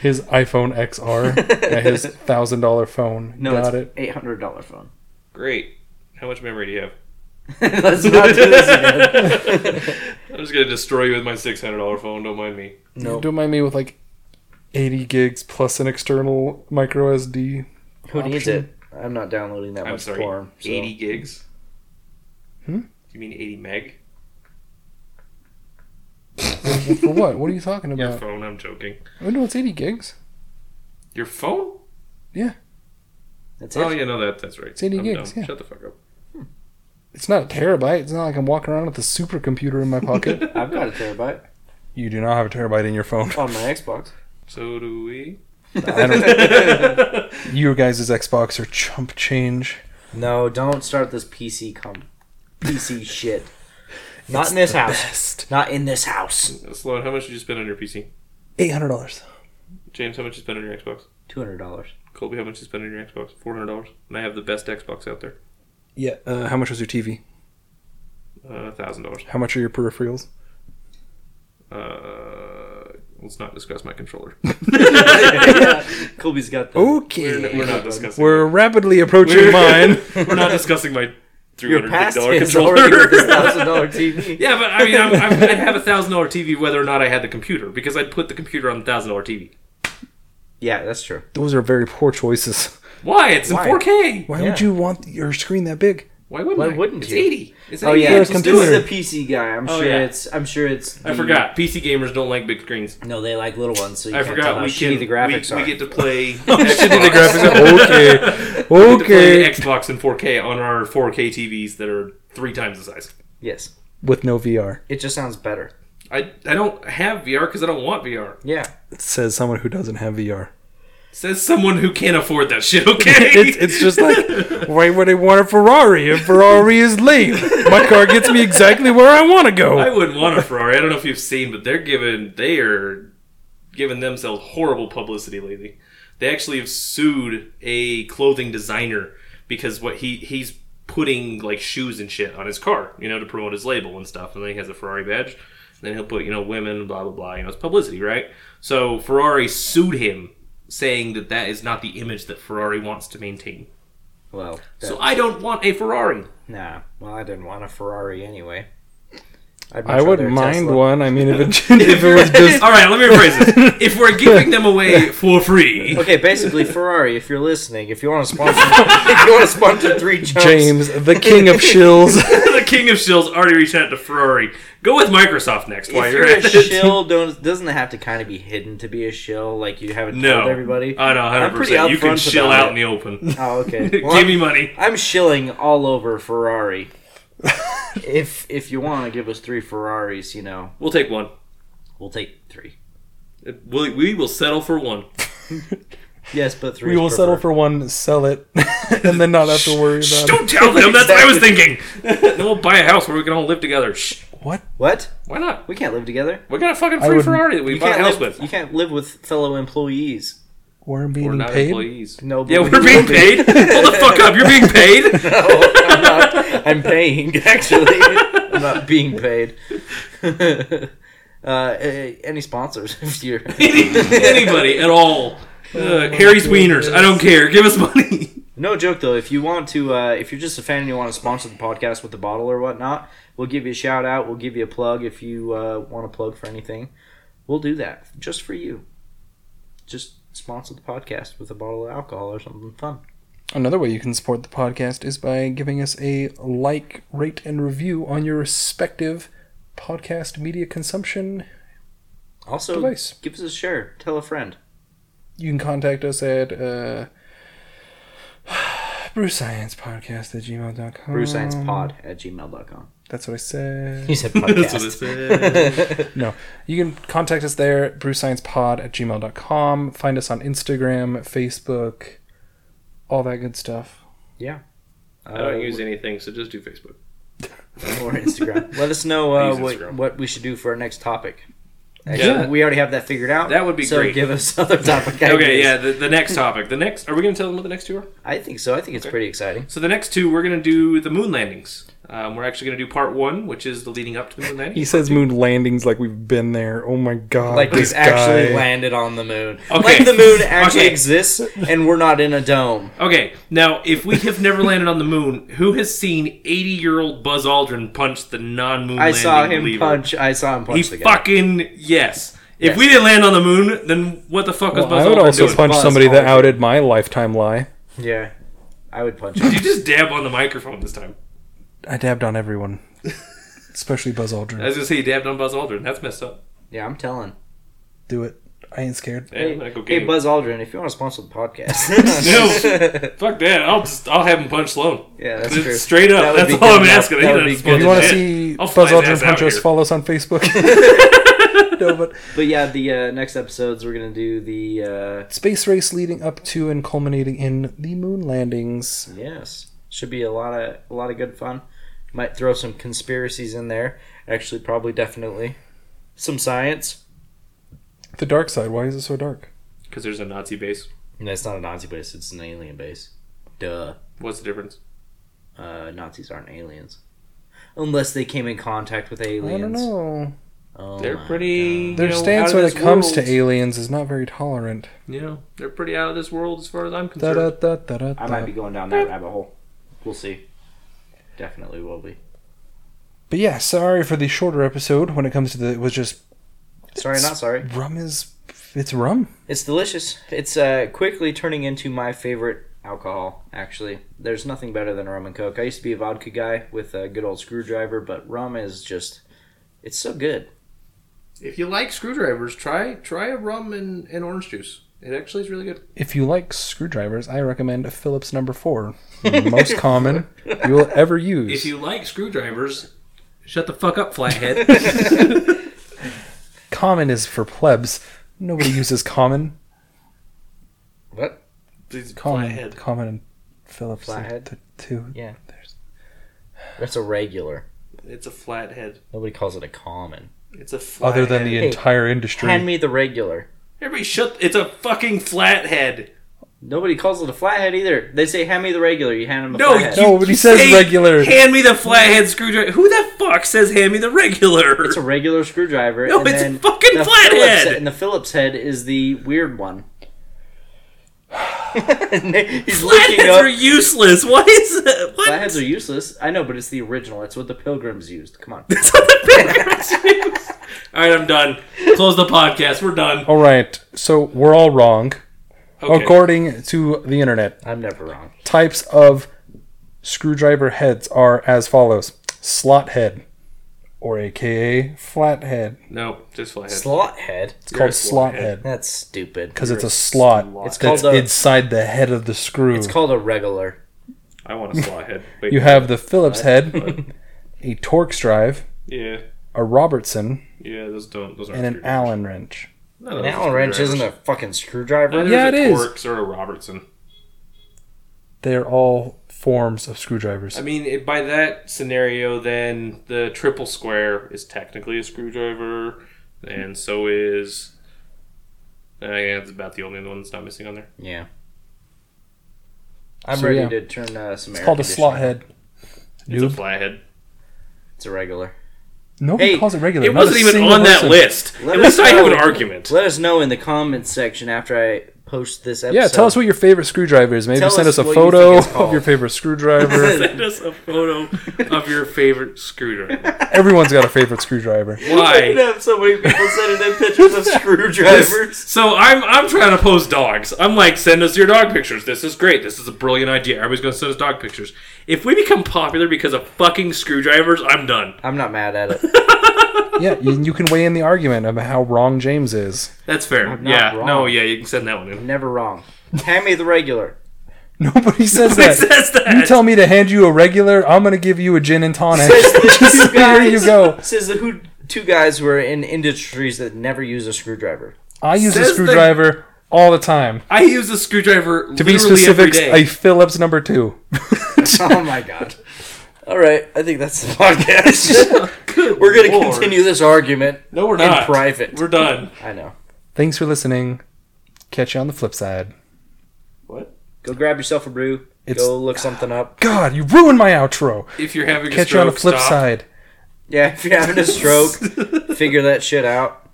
[SPEAKER 1] his iPhone XR, yeah, his thousand dollar phone.
[SPEAKER 2] No,
[SPEAKER 1] Got
[SPEAKER 2] it's
[SPEAKER 1] it.
[SPEAKER 2] eight hundred dollar phone.
[SPEAKER 3] Great. How much memory do you have?
[SPEAKER 2] Let's not do this again.
[SPEAKER 3] I'm just gonna destroy you with my six hundred dollar phone. Don't mind me.
[SPEAKER 2] No,
[SPEAKER 1] Don't mind me with like eighty gigs plus an external micro SD.
[SPEAKER 2] who needs
[SPEAKER 1] option.
[SPEAKER 2] it? I'm not downloading that
[SPEAKER 3] I'm
[SPEAKER 2] much
[SPEAKER 3] sorry,
[SPEAKER 2] porn. so-
[SPEAKER 3] eighty gigs.
[SPEAKER 1] Hmm?
[SPEAKER 3] You mean eighty meg?
[SPEAKER 1] For what? What are you talking
[SPEAKER 3] Your
[SPEAKER 1] about?
[SPEAKER 3] phone, I'm joking.
[SPEAKER 1] I know it's 80 gigs.
[SPEAKER 3] Your phone?
[SPEAKER 2] That's it.
[SPEAKER 3] Oh, yeah, no, that, that's right.
[SPEAKER 1] It's 80
[SPEAKER 3] I'm
[SPEAKER 1] gigs,
[SPEAKER 3] dumb.
[SPEAKER 1] yeah.
[SPEAKER 3] Shut the fuck up.
[SPEAKER 1] It's not a terabyte. It's not like I'm walking around with a supercomputer in my pocket.
[SPEAKER 2] I've got a terabyte
[SPEAKER 1] you do not have a terabyte in your phone.
[SPEAKER 2] on my Xbox.
[SPEAKER 3] So do we.
[SPEAKER 1] I don't, you guys' Xbox are chump change.
[SPEAKER 2] No, don't start this PC com PC shit. Not in this house. Not in this house.
[SPEAKER 3] Sloan, how much did you spend on your PC?
[SPEAKER 1] $800.
[SPEAKER 3] James, how much you spend on your Xbox?
[SPEAKER 2] Two hundred dollars.
[SPEAKER 3] Colby, how much you spend on your Xbox? Four hundred dollars. And I have the best Xbox out there.
[SPEAKER 1] Yeah. Uh, how much was your TV?
[SPEAKER 3] Uh, thousand dollars.
[SPEAKER 1] How much are your peripherals?
[SPEAKER 3] Uh, let's not discuss my controller.
[SPEAKER 2] Colby's got the
[SPEAKER 1] Okay.
[SPEAKER 3] We're, we're not discussing.
[SPEAKER 1] We're rapidly approaching mine.
[SPEAKER 3] we're not discussing my three
[SPEAKER 2] your
[SPEAKER 3] hundred fifty
[SPEAKER 2] past
[SPEAKER 3] dollar
[SPEAKER 2] is already with this
[SPEAKER 3] controller.
[SPEAKER 2] thousand dollar TV.
[SPEAKER 3] yeah, but I mean, I'm, I'm, I'd have a thousand dollar TV whether or not I had the computer because I'd put the computer on the thousand dollar TV.
[SPEAKER 2] Yeah, that's true.
[SPEAKER 1] Those are very poor choices.
[SPEAKER 3] Why? It's in
[SPEAKER 2] Why?
[SPEAKER 3] four K.
[SPEAKER 1] Why
[SPEAKER 2] Yeah.
[SPEAKER 1] would you want your screen that big?
[SPEAKER 3] Why wouldn't?
[SPEAKER 2] Why
[SPEAKER 3] I?
[SPEAKER 2] wouldn't
[SPEAKER 3] it's
[SPEAKER 2] you?
[SPEAKER 3] eighty? It's
[SPEAKER 2] Oh
[SPEAKER 3] 80.
[SPEAKER 2] yeah,
[SPEAKER 1] Here's
[SPEAKER 2] this
[SPEAKER 3] Let's do
[SPEAKER 1] computer.
[SPEAKER 2] is
[SPEAKER 3] it.
[SPEAKER 2] a PC guy. I'm
[SPEAKER 3] Oh,
[SPEAKER 2] sure
[SPEAKER 3] yeah.
[SPEAKER 2] it's. I'm sure it's.
[SPEAKER 3] I
[SPEAKER 2] the-
[SPEAKER 3] forgot. PC gamers don't like big screens.
[SPEAKER 2] No, they like little ones. So you
[SPEAKER 3] I
[SPEAKER 2] can't tell
[SPEAKER 3] forgot
[SPEAKER 2] how
[SPEAKER 3] we can.
[SPEAKER 2] shitty the graphics
[SPEAKER 3] we, we
[SPEAKER 2] are.
[SPEAKER 3] get to play.
[SPEAKER 1] Shitty the graphics are-
[SPEAKER 2] Oh,
[SPEAKER 3] We get to play
[SPEAKER 1] Okay. Okay.
[SPEAKER 3] Xbox in 4K on our 4K TVs that are three times the size.
[SPEAKER 2] yes,
[SPEAKER 1] With no VR.
[SPEAKER 2] it just sounds better.
[SPEAKER 3] I, I don't have VR because I don't want VR.
[SPEAKER 2] Yeah,
[SPEAKER 1] Says someone who doesn't have VR.
[SPEAKER 3] Says someone who can't afford that shit. Okay,
[SPEAKER 1] It's, it's just like, why would I want a Ferrari? A Ferrari is lame. My car gets me exactly where I want to
[SPEAKER 3] I
[SPEAKER 1] go.
[SPEAKER 3] wouldn't want a Ferrari. I don't know if you've seen, but they're giving they are giving themselves horrible publicity lately. They actually have sued a clothing designer because what he he's putting like shoes and shit on his car, you know, to promote his label and stuff. And then he has a Ferrari badge. And then he'll put you know women, blah blah blah. You know, it's publicity, right? So Ferrari sued him, saying that that is not the image that Ferrari wants to maintain.
[SPEAKER 2] well, that-
[SPEAKER 3] So I don't want a Ferrari.
[SPEAKER 2] nah. Well, I didn't want a Ferrari anyway. I'd much
[SPEAKER 1] I wouldn't
[SPEAKER 2] rather a
[SPEAKER 1] mind
[SPEAKER 2] Tesla.
[SPEAKER 1] one. I mean, if it, if it was just.
[SPEAKER 3] All right, let me rephrase this. If we're giving them away for free,
[SPEAKER 2] Okay, basically Ferrari. If you're listening, if you want to sponsor, if you want to sponsor three chunks,
[SPEAKER 1] James, the king of shills.
[SPEAKER 3] the king of shills already reached out to Ferrari. Go with Microsoft next while
[SPEAKER 2] If
[SPEAKER 3] you're
[SPEAKER 2] you're a
[SPEAKER 3] at it.
[SPEAKER 2] shill, don't, doesn't it have to kind of be hidden to be a shill? Like you haven't
[SPEAKER 3] No,
[SPEAKER 2] told everybody.
[SPEAKER 3] I know,
[SPEAKER 2] I'm
[SPEAKER 3] hundred
[SPEAKER 2] pretty
[SPEAKER 3] percent. You can
[SPEAKER 2] upfront
[SPEAKER 3] shill
[SPEAKER 2] about
[SPEAKER 3] out
[SPEAKER 2] it.
[SPEAKER 3] in the open.
[SPEAKER 2] oh, okay. Well,
[SPEAKER 3] Give me money.
[SPEAKER 2] I'm shilling all over Ferrari. if if you want to give us three Ferraris, you know,
[SPEAKER 3] We'll take one.
[SPEAKER 2] we'll take three.
[SPEAKER 3] We'll, we will settle for one.
[SPEAKER 2] Yes, but three.
[SPEAKER 1] We
[SPEAKER 2] is
[SPEAKER 1] will settle
[SPEAKER 2] preferred.
[SPEAKER 1] for one, sell it, and then not have to worry
[SPEAKER 3] Shh,
[SPEAKER 1] about it.
[SPEAKER 3] don't tell them. That's what I was thinking. then we'll buy a house where we can all live together. Shh.
[SPEAKER 2] what?
[SPEAKER 3] Why not?
[SPEAKER 2] We can't live together.
[SPEAKER 3] We got a fucking
[SPEAKER 1] I
[SPEAKER 3] free
[SPEAKER 1] wouldn't-
[SPEAKER 3] Ferrari that we
[SPEAKER 2] You
[SPEAKER 3] bought a
[SPEAKER 2] can't
[SPEAKER 3] house
[SPEAKER 2] live.
[SPEAKER 3] with.
[SPEAKER 2] You can't live with fellow employees.
[SPEAKER 1] We're
[SPEAKER 3] We're
[SPEAKER 1] being
[SPEAKER 3] not
[SPEAKER 1] paid.
[SPEAKER 3] employees.
[SPEAKER 2] No,
[SPEAKER 3] Yeah,
[SPEAKER 2] but
[SPEAKER 3] we're
[SPEAKER 2] we
[SPEAKER 3] being
[SPEAKER 2] will be.
[SPEAKER 3] paid. Hold the fuck up. You're being paid.
[SPEAKER 2] No, I'm not. I'm paying actually. I'm not being paid. uh, eh, any sponsors if you're
[SPEAKER 3] Anybody at all. Uh, Harry's Wieners. I don't care. Give us money.
[SPEAKER 2] No joke though, if you want to, uh, if you're just a fan and you want to sponsor the podcast with a bottle or whatnot, we'll give you a shout out. We'll give you a plug if you uh, want to plug for anything. We'll do that just for you. Just sponsor the podcast with a bottle of alcohol or something fun.
[SPEAKER 1] Another way you can support the podcast is by giving us a like, rate, and review on your respective podcast media consumption
[SPEAKER 2] Also,
[SPEAKER 1] Device.
[SPEAKER 2] give us a share. Tell a friend.
[SPEAKER 1] you can contact us at uh, brewsciencepodcast at gmail.com.
[SPEAKER 2] BrewSciencePod at gmail.com.
[SPEAKER 1] That's what I said.
[SPEAKER 2] You said
[SPEAKER 3] That's what it
[SPEAKER 2] podcast.
[SPEAKER 3] said.
[SPEAKER 1] no. You can contact us there at brewsciencepod at gmail.com. Find us on Instagram, Facebook, all that good stuff.
[SPEAKER 2] Uh,
[SPEAKER 3] I don't use anything, so just do Facebook.
[SPEAKER 2] or Instagram. Let us know uh,
[SPEAKER 3] use
[SPEAKER 2] what,
[SPEAKER 3] Instagram.
[SPEAKER 2] what we should do for our next topic.
[SPEAKER 3] Yeah.
[SPEAKER 2] we already have that figured out.
[SPEAKER 3] That would be
[SPEAKER 2] so
[SPEAKER 3] great.
[SPEAKER 2] give us other topic ideas.
[SPEAKER 3] Okay, yeah, the, the next topic. The next, are we going to tell them what the next two are?
[SPEAKER 2] I think so. I think it's pretty exciting.
[SPEAKER 3] So the next two, we're going to do the moon landings. Um, we're actually going to do part one, which is the leading up to the moon
[SPEAKER 1] He
[SPEAKER 3] landing.
[SPEAKER 1] says moon landings like we've been there. Oh my god.
[SPEAKER 2] Like
[SPEAKER 1] this
[SPEAKER 2] we've actually
[SPEAKER 1] guy.
[SPEAKER 2] landed on the moon.
[SPEAKER 3] Okay.
[SPEAKER 2] Like the moon actually
[SPEAKER 3] Okay.
[SPEAKER 2] exists, and we're not in a dome.
[SPEAKER 3] Okay, now if we have never landed on the moon, who has seen eighty-year-old Buzz Aldrin punch the non-moon?
[SPEAKER 2] I saw
[SPEAKER 3] landing
[SPEAKER 2] him
[SPEAKER 3] lever?
[SPEAKER 2] punch. I saw
[SPEAKER 3] He
[SPEAKER 2] him punch the guy.
[SPEAKER 3] fucking yes. If we didn't land on the moon, then what the fuck was
[SPEAKER 1] Well,
[SPEAKER 3] Buzz
[SPEAKER 1] I would
[SPEAKER 3] Aldrin
[SPEAKER 1] also
[SPEAKER 3] doing?
[SPEAKER 1] punch
[SPEAKER 2] Buzz
[SPEAKER 1] somebody that
[SPEAKER 2] Aldrin.
[SPEAKER 1] outed my lifetime lie.
[SPEAKER 2] Yeah, I would punch him.
[SPEAKER 3] you just dab on the microphone this time.
[SPEAKER 1] I dabbed on everyone. especially Buzz
[SPEAKER 2] Uh,
[SPEAKER 3] I
[SPEAKER 1] Aldrin.
[SPEAKER 3] was gonna say you dabbed on Buzz Aldrin. That's messed up.
[SPEAKER 2] Yeah, I'm telling.
[SPEAKER 1] Do it. I ain't scared.
[SPEAKER 3] Yeah, I go
[SPEAKER 2] Hey,
[SPEAKER 3] get him.
[SPEAKER 2] Buzz Aldrin, if you want to sponsor the podcast,
[SPEAKER 3] No. Fuck that. I'll just I'll have him punch Sloan.
[SPEAKER 2] yeah, that's
[SPEAKER 3] Just
[SPEAKER 2] true.
[SPEAKER 3] Straight
[SPEAKER 2] That
[SPEAKER 3] up.
[SPEAKER 2] would
[SPEAKER 3] That's
[SPEAKER 2] be
[SPEAKER 3] all
[SPEAKER 2] good
[SPEAKER 3] I'm
[SPEAKER 2] enough.
[SPEAKER 3] asking.
[SPEAKER 2] That
[SPEAKER 3] He
[SPEAKER 2] would be
[SPEAKER 3] doesn't
[SPEAKER 2] good
[SPEAKER 1] If
[SPEAKER 3] want
[SPEAKER 1] you want
[SPEAKER 3] to
[SPEAKER 1] to
[SPEAKER 3] see
[SPEAKER 1] see
[SPEAKER 3] I'll
[SPEAKER 1] Buzz
[SPEAKER 3] fly his
[SPEAKER 1] Aldrin
[SPEAKER 3] ass out
[SPEAKER 1] punch us,
[SPEAKER 3] here.
[SPEAKER 1] follow us on Facebook. no, but
[SPEAKER 2] But yeah, the uh, next episodes we're gonna do the uh,
[SPEAKER 1] space race leading up to and culminating in the moon landings.
[SPEAKER 2] uh, yes, should be a lot of a lot of good fun. Might throw some conspiracies in there. Actually, probably definitely some science.
[SPEAKER 1] The dark side. Why is it so dark?
[SPEAKER 3] because there's a Nazi base.
[SPEAKER 2] No, it's not a Nazi base; it's an alien base. Duh.
[SPEAKER 3] What's the difference?
[SPEAKER 2] Uh, Nazis aren't aliens, unless they came in contact with aliens.
[SPEAKER 1] I don't know.
[SPEAKER 2] Oh
[SPEAKER 3] They're
[SPEAKER 2] my
[SPEAKER 3] pretty.
[SPEAKER 1] Their
[SPEAKER 3] you know,
[SPEAKER 1] stance
[SPEAKER 3] out of
[SPEAKER 1] when it
[SPEAKER 3] this
[SPEAKER 1] comes
[SPEAKER 3] world.
[SPEAKER 1] to aliens is not very tolerant.
[SPEAKER 3] Yeah, they're pretty out of this world as far as I'm concerned.
[SPEAKER 1] Da-da-da-da-da.
[SPEAKER 2] I might be going down that rabbit hole. We'll see. Definitely will be.
[SPEAKER 1] But yeah, sorry for the shorter episode when it comes to the. It was just
[SPEAKER 2] Sorry, not sorry.
[SPEAKER 1] rum is. It's rum.
[SPEAKER 2] It's delicious. It's uh, quickly turning into my favorite alcohol, actually. There's nothing better than rum and coke. I used to be a vodka guy with a good old screwdriver, but rum is just. It's so good.
[SPEAKER 3] If you like screwdrivers, try try a rum and, and orange juice. It actually is really good.
[SPEAKER 1] If you like screwdrivers, I recommend a Phillips number four, most common you will ever use.
[SPEAKER 3] If you like screwdrivers, shut the fuck up, flathead.
[SPEAKER 1] Common is for plebs. Nobody uses common.
[SPEAKER 2] What?
[SPEAKER 3] These
[SPEAKER 1] Common,
[SPEAKER 3] flathead.
[SPEAKER 1] common, and Phillips. are
[SPEAKER 2] Flathead?
[SPEAKER 1] The two.
[SPEAKER 2] Yeah.
[SPEAKER 1] There's-
[SPEAKER 2] That's a regular.
[SPEAKER 3] It's a flathead.
[SPEAKER 2] Nobody calls it a common.
[SPEAKER 3] It's a flathead.
[SPEAKER 1] Other than the
[SPEAKER 2] Hey,
[SPEAKER 1] entire industry.
[SPEAKER 2] Hand me the regular.
[SPEAKER 3] everybody shut. It's a fucking flathead.
[SPEAKER 2] Nobody calls it a flathead either. They say, hand me the regular. You hand them a
[SPEAKER 3] No,
[SPEAKER 2] flathead.
[SPEAKER 1] No,
[SPEAKER 3] you-
[SPEAKER 1] but he
[SPEAKER 3] you
[SPEAKER 1] says
[SPEAKER 3] say,
[SPEAKER 1] regular.
[SPEAKER 3] Hand me the flathead screwdriver. Who the fuck says hand me the regular?
[SPEAKER 2] It's a regular screwdriver.
[SPEAKER 3] No,
[SPEAKER 2] and
[SPEAKER 3] it's a
[SPEAKER 2] then
[SPEAKER 3] fucking
[SPEAKER 2] the
[SPEAKER 3] flathead!
[SPEAKER 2] Phillips, and the Phillips head is the weird one. He's looking
[SPEAKER 3] Flatheads
[SPEAKER 2] up.
[SPEAKER 3] are useless. What is that? What?
[SPEAKER 2] Flatheads are useless. I know, but it's the original. It's what the pilgrims used. Come on.
[SPEAKER 3] That's what the pilgrims use. All right, I'm done. Close the podcast. We're done.
[SPEAKER 1] All right, so we're all wrong.
[SPEAKER 3] Okay.
[SPEAKER 1] According to the internet,
[SPEAKER 2] I'm never wrong.
[SPEAKER 1] types of screwdriver heads are as follows slot head, or aka flat head.
[SPEAKER 3] No, just flathead.
[SPEAKER 2] Slot head.
[SPEAKER 1] It's
[SPEAKER 3] You're a
[SPEAKER 1] called
[SPEAKER 3] slot
[SPEAKER 1] slot
[SPEAKER 3] head.
[SPEAKER 1] head
[SPEAKER 2] That's stupid.
[SPEAKER 1] because it's a slot.
[SPEAKER 3] It's
[SPEAKER 1] that's
[SPEAKER 2] called a-
[SPEAKER 1] inside the head of the screw.
[SPEAKER 2] It's called a regular.
[SPEAKER 3] I want a flathead. Wait.
[SPEAKER 1] You have the Phillips head, a Torx drive,
[SPEAKER 3] yeah.
[SPEAKER 1] a Robertson,
[SPEAKER 3] Yeah, those don't. Those aren't
[SPEAKER 1] and an Allen wrench.
[SPEAKER 3] No,
[SPEAKER 2] An Allen wrench isn't a fucking screwdriver.
[SPEAKER 1] Yeah, it is.
[SPEAKER 3] Torx or a Robertson.
[SPEAKER 1] They're all forms of screwdrivers.
[SPEAKER 3] I mean, it, by that scenario, then the triple square is technically a screwdriver, and so is. Uh, yeah, that's about the only one that's not missing on there.
[SPEAKER 2] Yeah. I'm
[SPEAKER 1] So,
[SPEAKER 2] ready
[SPEAKER 1] yeah.
[SPEAKER 2] to turn uh, some
[SPEAKER 1] It's
[SPEAKER 2] air
[SPEAKER 1] called a
[SPEAKER 2] conditioning
[SPEAKER 1] slot head.
[SPEAKER 3] It's
[SPEAKER 1] Noob.
[SPEAKER 3] a flathead.
[SPEAKER 2] It's a regular.
[SPEAKER 1] Nobody
[SPEAKER 2] Hey,
[SPEAKER 1] calls it regular.
[SPEAKER 3] It
[SPEAKER 1] Not a
[SPEAKER 3] wasn't even
[SPEAKER 1] single
[SPEAKER 3] on that
[SPEAKER 1] person.
[SPEAKER 3] list.
[SPEAKER 2] Let
[SPEAKER 3] At least
[SPEAKER 2] us
[SPEAKER 3] I have
[SPEAKER 2] know.
[SPEAKER 3] an argument.
[SPEAKER 2] Let us know in the comments section after I post this episode.
[SPEAKER 1] Yeah, tell us what your favorite screwdriver is. Maybe
[SPEAKER 2] Tell
[SPEAKER 1] send
[SPEAKER 2] us
[SPEAKER 1] us a
[SPEAKER 2] what you
[SPEAKER 1] photo
[SPEAKER 2] think it's
[SPEAKER 1] of your
[SPEAKER 2] called.
[SPEAKER 1] favorite screwdriver.
[SPEAKER 3] Send us a photo of your favorite screwdriver.
[SPEAKER 1] Everyone's got a favorite screwdriver.
[SPEAKER 2] We'd
[SPEAKER 3] Why?
[SPEAKER 2] have so many people sending in pictures of screwdrivers.
[SPEAKER 3] So I'm I'm trying to post dogs. I'm like, send us your dog pictures. This is great. This is a brilliant idea. Everybody's gonna send us dog pictures. If we become popular because of fucking screwdrivers, I'm done.
[SPEAKER 2] I'm not mad at it.
[SPEAKER 1] Yeah, you, you can weigh in the argument of how wrong James is.
[SPEAKER 3] That's fair.
[SPEAKER 2] I'm not
[SPEAKER 3] yeah.
[SPEAKER 2] wrong.
[SPEAKER 3] No. Yeah. You can send that one in.
[SPEAKER 2] Never wrong. Hand me the regular.
[SPEAKER 1] Nobody says
[SPEAKER 3] It
[SPEAKER 1] that.
[SPEAKER 3] says that.
[SPEAKER 1] You tell me to hand you a regular, I'm gonna give you a gin and tonic.
[SPEAKER 2] Two
[SPEAKER 1] There you
[SPEAKER 2] guys-
[SPEAKER 1] go.
[SPEAKER 2] Says the who two guys who are in industries that never use a screwdriver.
[SPEAKER 1] I use
[SPEAKER 3] Says
[SPEAKER 1] a
[SPEAKER 3] the-
[SPEAKER 1] screwdriver all the time.
[SPEAKER 3] I use a screwdriver
[SPEAKER 1] To be
[SPEAKER 3] every
[SPEAKER 1] specific,
[SPEAKER 3] day.
[SPEAKER 1] a Phillips number two.
[SPEAKER 2] Oh my god. All right, I think that's the podcast. We're gonna
[SPEAKER 3] Lord.
[SPEAKER 2] continue this argument.
[SPEAKER 3] No, we're not.
[SPEAKER 2] private.
[SPEAKER 3] We're done.
[SPEAKER 2] I know.
[SPEAKER 1] Thanks for listening. Catch you on the flip side.
[SPEAKER 2] Go grab yourself a brew.
[SPEAKER 1] It's-
[SPEAKER 2] Go look something up.
[SPEAKER 1] God, you ruined my outro.
[SPEAKER 3] If you're having a
[SPEAKER 1] Catch
[SPEAKER 3] stroke,
[SPEAKER 1] you on the flip
[SPEAKER 3] stop.
[SPEAKER 1] side.
[SPEAKER 2] Yeah, if you're having a stroke, figure that shit out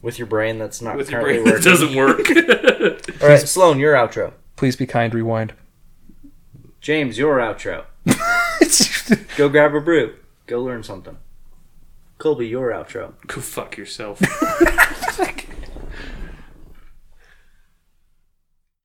[SPEAKER 2] with your brain that's not
[SPEAKER 3] With your
[SPEAKER 2] currently
[SPEAKER 3] brain, that
[SPEAKER 2] working.
[SPEAKER 3] doesn't work.
[SPEAKER 2] All right, Sloan, your outro.
[SPEAKER 1] Please be kind, rewind.
[SPEAKER 2] James, your outro. Go grab a brew. Go learn something. Colby, your outro.
[SPEAKER 3] Go fuck yourself.